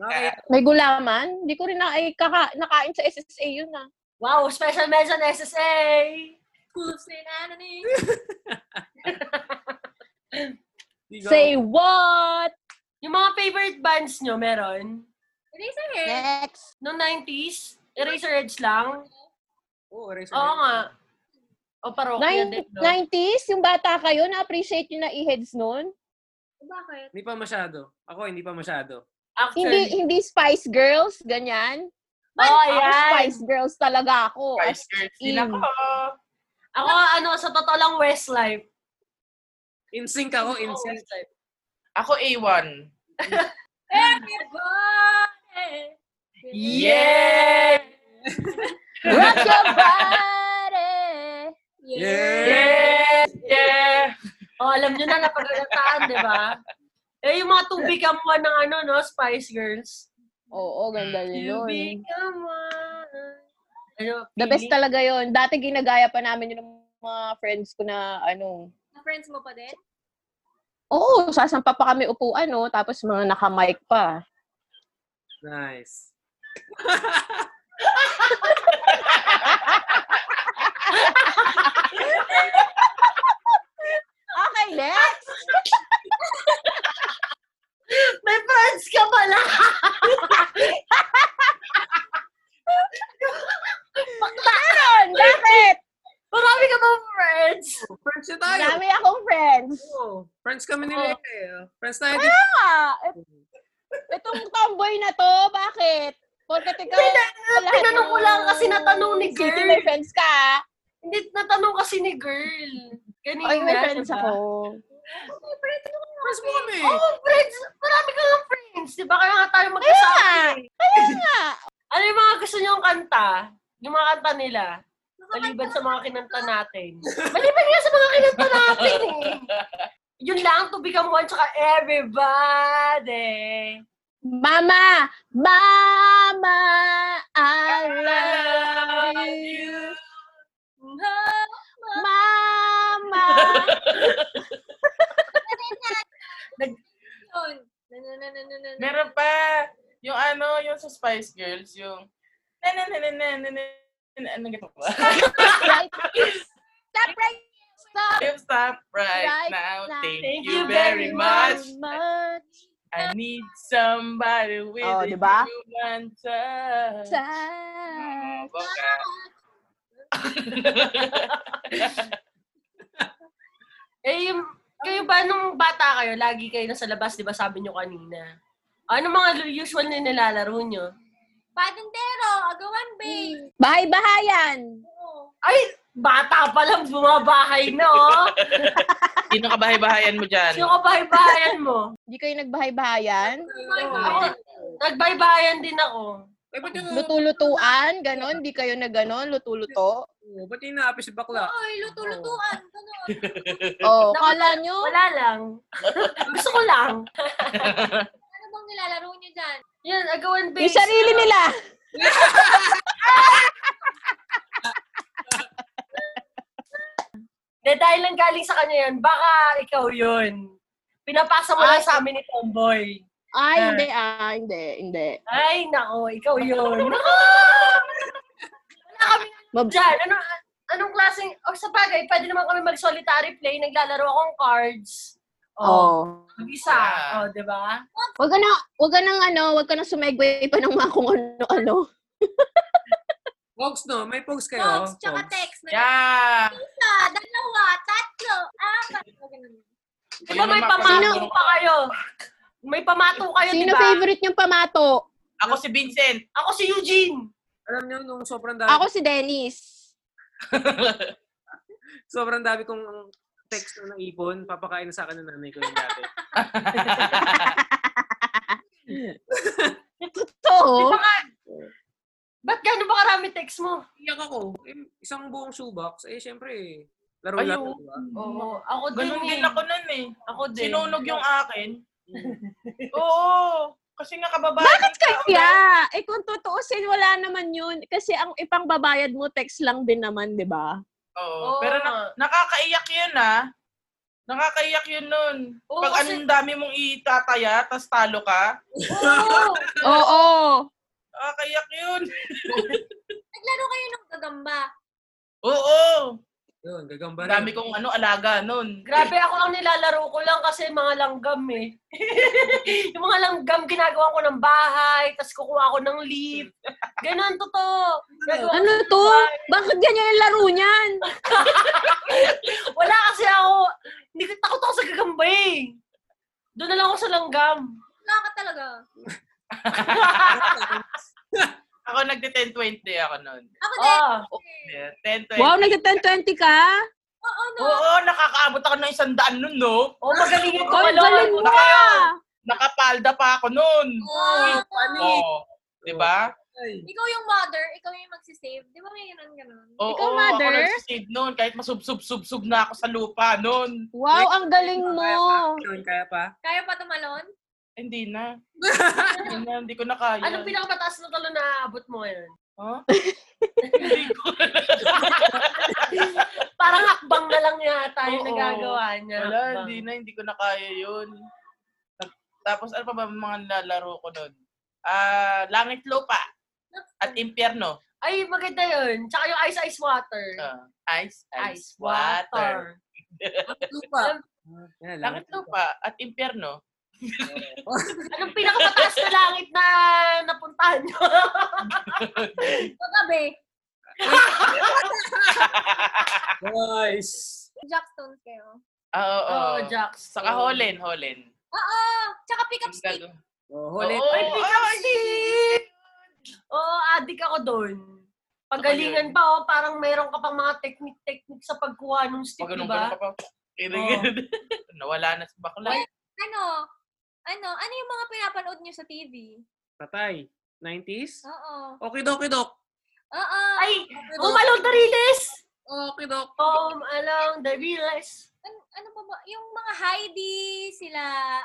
Speaker 1: Okay.
Speaker 5: May gulaman. Hindi ko rin na, ay, kaka, nakain sa SSA yun ah.
Speaker 3: Wow, special mention SSA.
Speaker 2: Kusin, ano ni?
Speaker 5: Say what?
Speaker 3: Yung mga favorite bands nyo, meron?
Speaker 2: Eraserhead.
Speaker 5: Next.
Speaker 3: Noong 90s, Eraserheads lang?
Speaker 1: Oo, eraser.
Speaker 3: Oo nga. O parokya
Speaker 5: Nine,
Speaker 3: din, no?
Speaker 5: 90s, yung bata kayo, na-appreciate nyo na i-heads noon?
Speaker 2: Bakit?
Speaker 1: Hindi pa masyado. Ako, hindi pa masyado.
Speaker 5: Hindi,
Speaker 3: Actually.
Speaker 5: hindi Spice Girls, ganyan.
Speaker 3: Oh,
Speaker 5: Ako,
Speaker 3: ayan.
Speaker 5: Spice Girls talaga ako.
Speaker 4: Rice girls din
Speaker 5: in.
Speaker 4: ako.
Speaker 3: Ako, ano, sa totoo lang, Westlife.
Speaker 1: In sync ako, in
Speaker 3: Oo,
Speaker 1: sync.
Speaker 3: Westlife.
Speaker 4: Ako A1.
Speaker 2: Everybody!
Speaker 3: Yeah!
Speaker 5: Rock your body!
Speaker 4: Yeah! Yeah!
Speaker 3: O, alam nyo na, napagalataan, di ba? Eh, yung mga To Become One ng ano, no? Spice Girls.
Speaker 5: Oo, ganda rin yun.
Speaker 3: To Become One. Ano,
Speaker 5: The best
Speaker 3: feeling?
Speaker 5: talaga yun. Dati ginagaya pa namin yun ng mga friends ko na ano.
Speaker 2: Friends mo pa din?
Speaker 5: Oo, sasampa pa kami upuan, no? Tapos mga naka-mic pa.
Speaker 1: Nice.
Speaker 5: Okay, next!
Speaker 3: May friends ka pala!
Speaker 5: Meron! Bakit?
Speaker 3: Marami ka bang friends?
Speaker 1: Friends na tayo.
Speaker 5: Marami akong friends.
Speaker 1: Oo. Friends kami ni
Speaker 3: Oo.
Speaker 1: Rene. eh. Friends tayo din.
Speaker 5: Ah, et- itong tomboy na to, bakit? Porkat ikaw, sa lahat
Speaker 3: Tinanong ko
Speaker 5: ng
Speaker 3: lang kasi natanong ni
Speaker 5: City,
Speaker 3: girl.
Speaker 5: may friends ka. ah?
Speaker 3: Hindi, natanong kasi ni girl. Kanina,
Speaker 5: Oy, may
Speaker 3: di
Speaker 5: friends
Speaker 3: ba?
Speaker 5: ako.
Speaker 1: Friends mo kami.
Speaker 3: Oo, oh, friends! Marami ka ng friends! Di ba? Kaya nga tayo magkasama. eh.
Speaker 5: Kaya nga.
Speaker 3: Ano yung mga gusto niyong kanta? Yung mga kanta nila? Maliban sa mga kinanta natin. Maliban nga sa mga kinanta natin eh. Yun lang, to become one, tsaka everybody.
Speaker 5: Mama! Mama! Ah, I love you! Mama!
Speaker 2: Yun. Na, na, na, na, na, na, na.
Speaker 4: Meron pa. Yung ano, yung sa Spice Girls, yung... Na na na na na na na na- ano ganito ba?
Speaker 5: Right. Stop right! Stop!
Speaker 4: Yung Stop right
Speaker 5: Right
Speaker 4: now.
Speaker 5: now.
Speaker 4: Thank you very much. I need somebody with
Speaker 5: Oh,
Speaker 4: a
Speaker 5: diba?
Speaker 4: human touch.
Speaker 5: Stop.
Speaker 4: Boka.
Speaker 3: Eh, yung, kayo ba nung bata kayo, lagi kayo nasa labas, di ba sabi nyo kanina? Ano mga usual na nilalaro nyo?
Speaker 2: Patintero, agawan babe.
Speaker 5: Bahay-bahayan!
Speaker 2: Oo.
Speaker 3: Ay, bata pa lang, bumabahay na, oh.
Speaker 4: Sino ka bahay-bahayan mo dyan?
Speaker 3: Sino ka bahay-bahayan mo?
Speaker 5: Hindi kayo nagbahay-bahayan?
Speaker 3: Ako, nagbahay-bahayan din ako.
Speaker 1: Eh, ba't yung...
Speaker 5: Lutulutuan, ganon? Di kayo na ganon? Lutuluto?
Speaker 1: Oo, Ba't yung naapi si bakla?
Speaker 2: Oy, luto-lutuan. Ganun.
Speaker 5: Oo, oh, kala nyo?
Speaker 3: Wala lang. Gusto ko lang.
Speaker 2: Ano bang nilalaro niyo dyan?
Speaker 3: Yun, agawan base. ano,
Speaker 5: Yung sarili
Speaker 3: ah.
Speaker 5: nila!
Speaker 3: De, dahil lang galing sa kanya yan, baka ikaw yun. Pinapasa mo
Speaker 5: Ah.
Speaker 3: lang sa amin ni Tomboy.
Speaker 5: Ay, hindi ah, hindi, hindi.
Speaker 3: Ay, nako, ikaw yun. Nako! Wala kami
Speaker 5: Mab-
Speaker 3: dyan. Ano, anong klaseng, o sa bagay, pwede naman kami mag-solitary play. Naglalaro akong cards. O,
Speaker 5: Oo.
Speaker 3: mag-isa.
Speaker 4: Yeah.
Speaker 3: O, di ba?
Speaker 5: Oh. Wag ka na, wag ka nang ano, wag ka nang sumegway pa ng mga kung ano-ano.
Speaker 1: Pogs, no? May pogs kayo?
Speaker 2: Pogs, tsaka
Speaker 1: Pogs.
Speaker 2: text. Na
Speaker 4: Yeah!
Speaker 2: Isa, dalawa, tatlo, apat. ganun.
Speaker 3: Di ba may pamato pa kayo? May pamato kayo, di
Speaker 5: Sino
Speaker 3: ba?
Speaker 5: favorite niyong pamato?
Speaker 4: Ako si Vincent.
Speaker 3: Ako si Eugene.
Speaker 1: Alam niyo, nung sobrang dami,
Speaker 5: Ako si Dennis.
Speaker 1: sobrang dami kong text na naipon, papakain na sa akin ng nanay ko yung dati.
Speaker 5: Totoo.
Speaker 3: Baka, ba't gano'n ba karami text mo?
Speaker 1: Iyak ako. Eh, isang buong shoebox. Eh, syempre eh.
Speaker 4: Ayun.
Speaker 1: Laro-laro, di ba?
Speaker 3: Oo, ako din.
Speaker 4: Ganun
Speaker 3: eh.
Speaker 4: din ako nun eh.
Speaker 3: Ako din.
Speaker 4: Sinunog yung akin. Oo. Kasi nga kababae.
Speaker 5: Bakit kaya? Eh kung tutuusin, wala naman yun. Kasi ang ipangbabayad mo, text lang din naman, di ba?
Speaker 4: Oo.
Speaker 3: Oo.
Speaker 4: Oh, Pero na- nakakaiyak yun ah. Nakakaiyak yun nun.
Speaker 3: Oo,
Speaker 4: Pag
Speaker 3: kasi-
Speaker 4: anong dami mong itataya, tas talo ka,
Speaker 3: Oo.
Speaker 5: Oo.
Speaker 4: nakakaiyak yun.
Speaker 2: Naglaro kayo ng gagamba.
Speaker 4: Oo.
Speaker 1: Yun, gagamba
Speaker 4: Ang
Speaker 1: rin.
Speaker 4: dami kong ano, alaga nun.
Speaker 3: Grabe ako ang nilalaro ko lang kasi mga langgam eh. yung mga langgam ginagawa ko ng bahay, tapos kukuha ko ng leaf. Ganun, totoo. Gagawa ko
Speaker 5: Ano
Speaker 3: ng
Speaker 5: to?
Speaker 3: bahay.
Speaker 5: Bakit ganyan yung laro niyan?
Speaker 3: Wala kasi ako. Hindi ko takot ako sa gagamba eh. Doon na lang ako sa langgam.
Speaker 2: Wala ka talaga.
Speaker 4: Ako nagte-10-20 ako nun.
Speaker 2: Ako din.
Speaker 3: ah,
Speaker 4: Yeah, 10-20.
Speaker 5: Wow, nagta-10-20 ka?
Speaker 2: Oo, no.
Speaker 4: Oo, nakakaabot ako ng isang daan nun, no?
Speaker 3: oh, magaling yung
Speaker 5: Oh, galing
Speaker 3: kumalon.
Speaker 5: mo ah!
Speaker 4: Nakapalda pa ako nun.
Speaker 2: Oo.
Speaker 4: Oo. Di ba?
Speaker 2: Ikaw yung mother, ikaw yung magsisave. Di ba may ganun ganun?
Speaker 4: Oo,
Speaker 5: Ikaw,
Speaker 4: ako
Speaker 5: mother?
Speaker 4: nagsisave nun. Kahit masub-sub-sub-sub na ako sa lupa nun.
Speaker 5: Wow, ang galing mo.
Speaker 1: Yun, kaya pa.
Speaker 2: Kaya pa tumalon?
Speaker 4: Hindi na. hindi na, hindi ko na kaya.
Speaker 3: Anong pinakamataas na talo na abot mo ngayon?
Speaker 4: Huh? hindi ko
Speaker 3: Parang hakbang na lang yata yung
Speaker 4: Oo.
Speaker 3: nagagawa niya.
Speaker 4: Wala,
Speaker 3: Hakbang.
Speaker 4: hindi na, hindi ko na kaya yun. Tap- Tapos ano pa ba ang mga nilalaro ko nun? Ah, langit lupa at impyerno.
Speaker 3: Ay, maganda yun. Tsaka yung ice, ice, water.
Speaker 4: Ah, ice, ice, water.
Speaker 1: Lupa.
Speaker 3: Alam-
Speaker 1: Ah, Yan,
Speaker 4: Langit lupa at impyerno.
Speaker 3: Anong pinakamataas na langit na napuntahan nyo?
Speaker 2: Kagabi.
Speaker 1: Nice.
Speaker 2: Jackstones kayo.
Speaker 4: Ah, Oo,
Speaker 3: Oo,
Speaker 4: oo.
Speaker 3: oh, Jax.
Speaker 4: Saka Holen, Holen.
Speaker 2: Oo. Tsaka pick up
Speaker 4: Ang
Speaker 2: stick.
Speaker 4: gag-
Speaker 1: Oh,
Speaker 4: Oo,
Speaker 1: huli.
Speaker 3: Ay, pick up
Speaker 4: ay,
Speaker 3: stick! Oo, oh, adik ako doon. Pagalingan
Speaker 4: Ako yun.
Speaker 3: pa, oh, parang meron ka pang mga technique-technique sa pagkuha ng stick,
Speaker 4: Pag
Speaker 3: di
Speaker 4: ganun ganun
Speaker 3: ba?
Speaker 4: ka pa. Iringan. Nawala na si bakla.
Speaker 2: Ano? Ano? Ano yung mga pinapanood nyo sa TV?
Speaker 1: Patay. 90s?
Speaker 2: Oo.
Speaker 1: Okay, dok, okay, dok.
Speaker 2: Oo. Ano
Speaker 3: Ay,
Speaker 1: Okay,
Speaker 6: oh
Speaker 1: dok.
Speaker 3: Bumalong Dariles!
Speaker 1: Okay, dok.
Speaker 3: Tom along Dariles.
Speaker 2: An- ano pa ba? Yung mga Heidi, sila,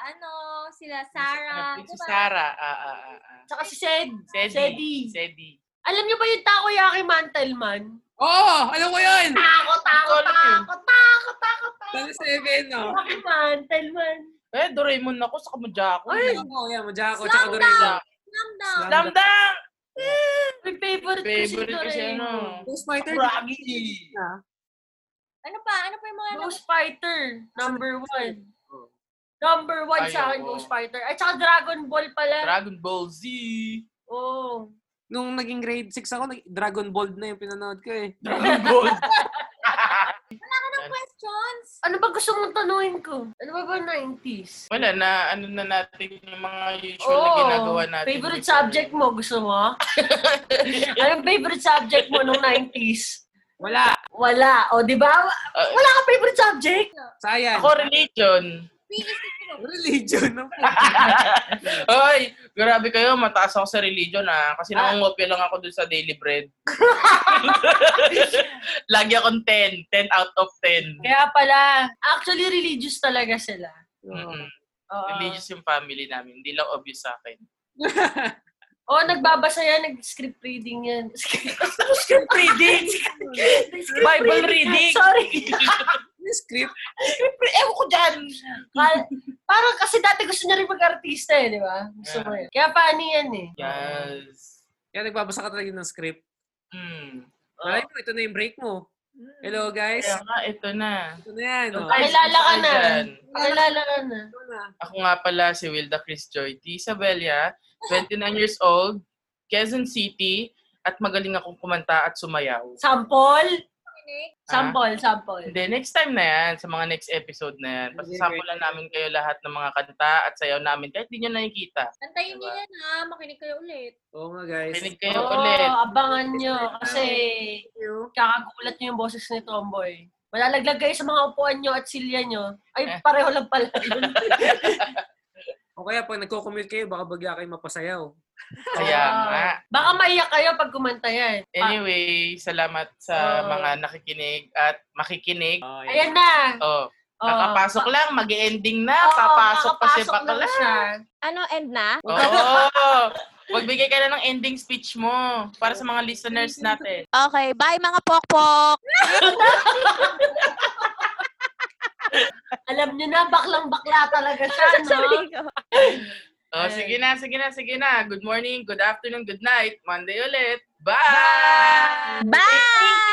Speaker 2: ano, sila
Speaker 4: Sarah.
Speaker 2: Sarah.
Speaker 4: Si
Speaker 2: diba?
Speaker 4: Sarah. Ah, ah, ah, ah.
Speaker 3: Tsaka si Sed.
Speaker 4: Sedi.
Speaker 3: Sedi.
Speaker 4: Sedi.
Speaker 3: Alam niyo ba yung Takoyaki Mantle Man?
Speaker 1: Oo, oh, alam ko yun.
Speaker 3: Takot, takot,
Speaker 4: Tol, yun.
Speaker 3: takot, takot, takot, takot.
Speaker 1: Talo 7, no?
Speaker 3: Takoyaki Mantle Man.
Speaker 4: Eh, Doraemon ako sa kamudya ako.
Speaker 1: Ay, oh, yan, madya ako.
Speaker 2: Slam
Speaker 1: Tsaka Doraemon.
Speaker 2: Slam dunk.
Speaker 1: Slam
Speaker 4: Slam dunk!
Speaker 3: May favorite, ano.
Speaker 4: Favorite
Speaker 3: ko
Speaker 4: ko
Speaker 3: si
Speaker 4: siya, no?
Speaker 3: Doraemon.
Speaker 1: Ghost Fighter.
Speaker 4: Bragi!
Speaker 2: Ano pa? Ano pa yung mga
Speaker 3: Ghost Fighter, number one.
Speaker 1: Oo.
Speaker 3: Number one sa akin,
Speaker 4: Ayoko.
Speaker 3: Ghost Fighter. Ay, tsaka Dragon Ball pala. Oh.
Speaker 4: Dragon Ball Z!
Speaker 3: Oo.
Speaker 1: Nung naging grade 6 ako, nag- Dragon Ball na yung pinanood ko eh.
Speaker 4: Dragon Ball Z!
Speaker 2: questions?
Speaker 3: Ano ba gusto mong tanungin ko? Ano ba ba 90s?
Speaker 4: Wala na, ano na natin yung mga usual na
Speaker 3: Oo.
Speaker 4: ginagawa natin.
Speaker 3: favorite
Speaker 4: before.
Speaker 3: subject mo, gusto mo? Anong favorite subject mo nung 90s?
Speaker 1: Wala.
Speaker 3: Wala. O, di ba?
Speaker 4: Ah,
Speaker 3: Wala ka favorite subject?
Speaker 1: Sayang.
Speaker 4: ako religion.
Speaker 2: Piisip ko.
Speaker 1: Religion. No?
Speaker 4: Ay, grabe kayo, mataas ako sa religion ah. Kasi nangungopia lang ako dun sa daily bread. Lagi akong 10. 10 out of 10.
Speaker 3: Kaya pala, actually religious talaga sila.
Speaker 1: Oh.
Speaker 4: Mm-mm.
Speaker 3: Oo.
Speaker 4: Mm. Religious yung family namin. Hindi lang obvious sa akin.
Speaker 3: Oh. Oo, nagbabasa yan, nag-script reading yan. Script
Speaker 4: Script reading! Bible reading!
Speaker 3: Sorry.
Speaker 1: Yung script.
Speaker 4: Ewan ko dyan!
Speaker 3: Kal- Parang kasi dati gusto niya rin mag-artista eh, di ba? Gusto mo yun. Kaya paano yan eh?
Speaker 4: Yes.
Speaker 1: Kaya nagbabasa ka talaga ng script.
Speaker 4: Hmm.
Speaker 1: Malay mo, ito na yung break mo. Hello, guys.
Speaker 4: Kaya nga, ito na.
Speaker 1: Ito na yan. No?
Speaker 3: Ay, Pakilala ka na.
Speaker 4: Dyan.
Speaker 3: Nakilala ka na.
Speaker 1: Ito na.
Speaker 4: Ako nga pala si Wilda Chris Joy T. Isabella, 29 years old, Quezon City, At magaling akong kumanta at sumayaw.
Speaker 3: Sample?
Speaker 2: Kinig.
Speaker 3: Sample, sample.
Speaker 4: Ah. Hindi, next time na yan, sa mga next episode na yan. Pasasampulan namin kayo lahat ng mga kanta at sayaw namin kahit di nyo nakikita.
Speaker 2: Antayin niyo
Speaker 4: Diba?
Speaker 2: yan ha. Makinig kayo ulit.
Speaker 1: Oo nga, guys.
Speaker 4: Pinig
Speaker 3: Oo,
Speaker 4: kayo ulit.
Speaker 3: abangan nyo. Kasi kakagulat nyo yung boses ni Tomboy. Malalaglag kayo sa mga upuan nyo at silya nyo.
Speaker 4: Eh.
Speaker 3: Ay, pareho lang pala.
Speaker 1: O kaya pag nagko-commute kayo, baka bagla kayo mapasayaw.
Speaker 4: Kaya
Speaker 3: Ah.
Speaker 4: nga.
Speaker 3: Baka maiyak kayo pag kumanta yan.
Speaker 4: Eh.
Speaker 3: Ah,
Speaker 4: Anyway, salamat sa
Speaker 3: Oo.
Speaker 4: mga nakikinig at makikinig.
Speaker 1: Oh,
Speaker 3: Ah, ayan na.
Speaker 4: Oh,
Speaker 3: Oo.
Speaker 4: nakapasok lang, mag-ending na,
Speaker 3: Ah. Oo,
Speaker 4: papasok pa si
Speaker 3: nakapasok lang
Speaker 4: Bakla.
Speaker 3: siya.
Speaker 5: Ano, end na?
Speaker 4: Oo. Magbigay ka na ng ending speech mo para sa mga listeners natin.
Speaker 6: Okay, bye mga pokpok!
Speaker 3: Alam nyo na, baklang-bakla talaga siya, no?
Speaker 5: Sasabihin ko.
Speaker 4: Oh,
Speaker 3: Ayun.
Speaker 4: sige na, sige na, sige na. Good morning, good afternoon, good night. Monday ulit. Bye!
Speaker 5: Bye!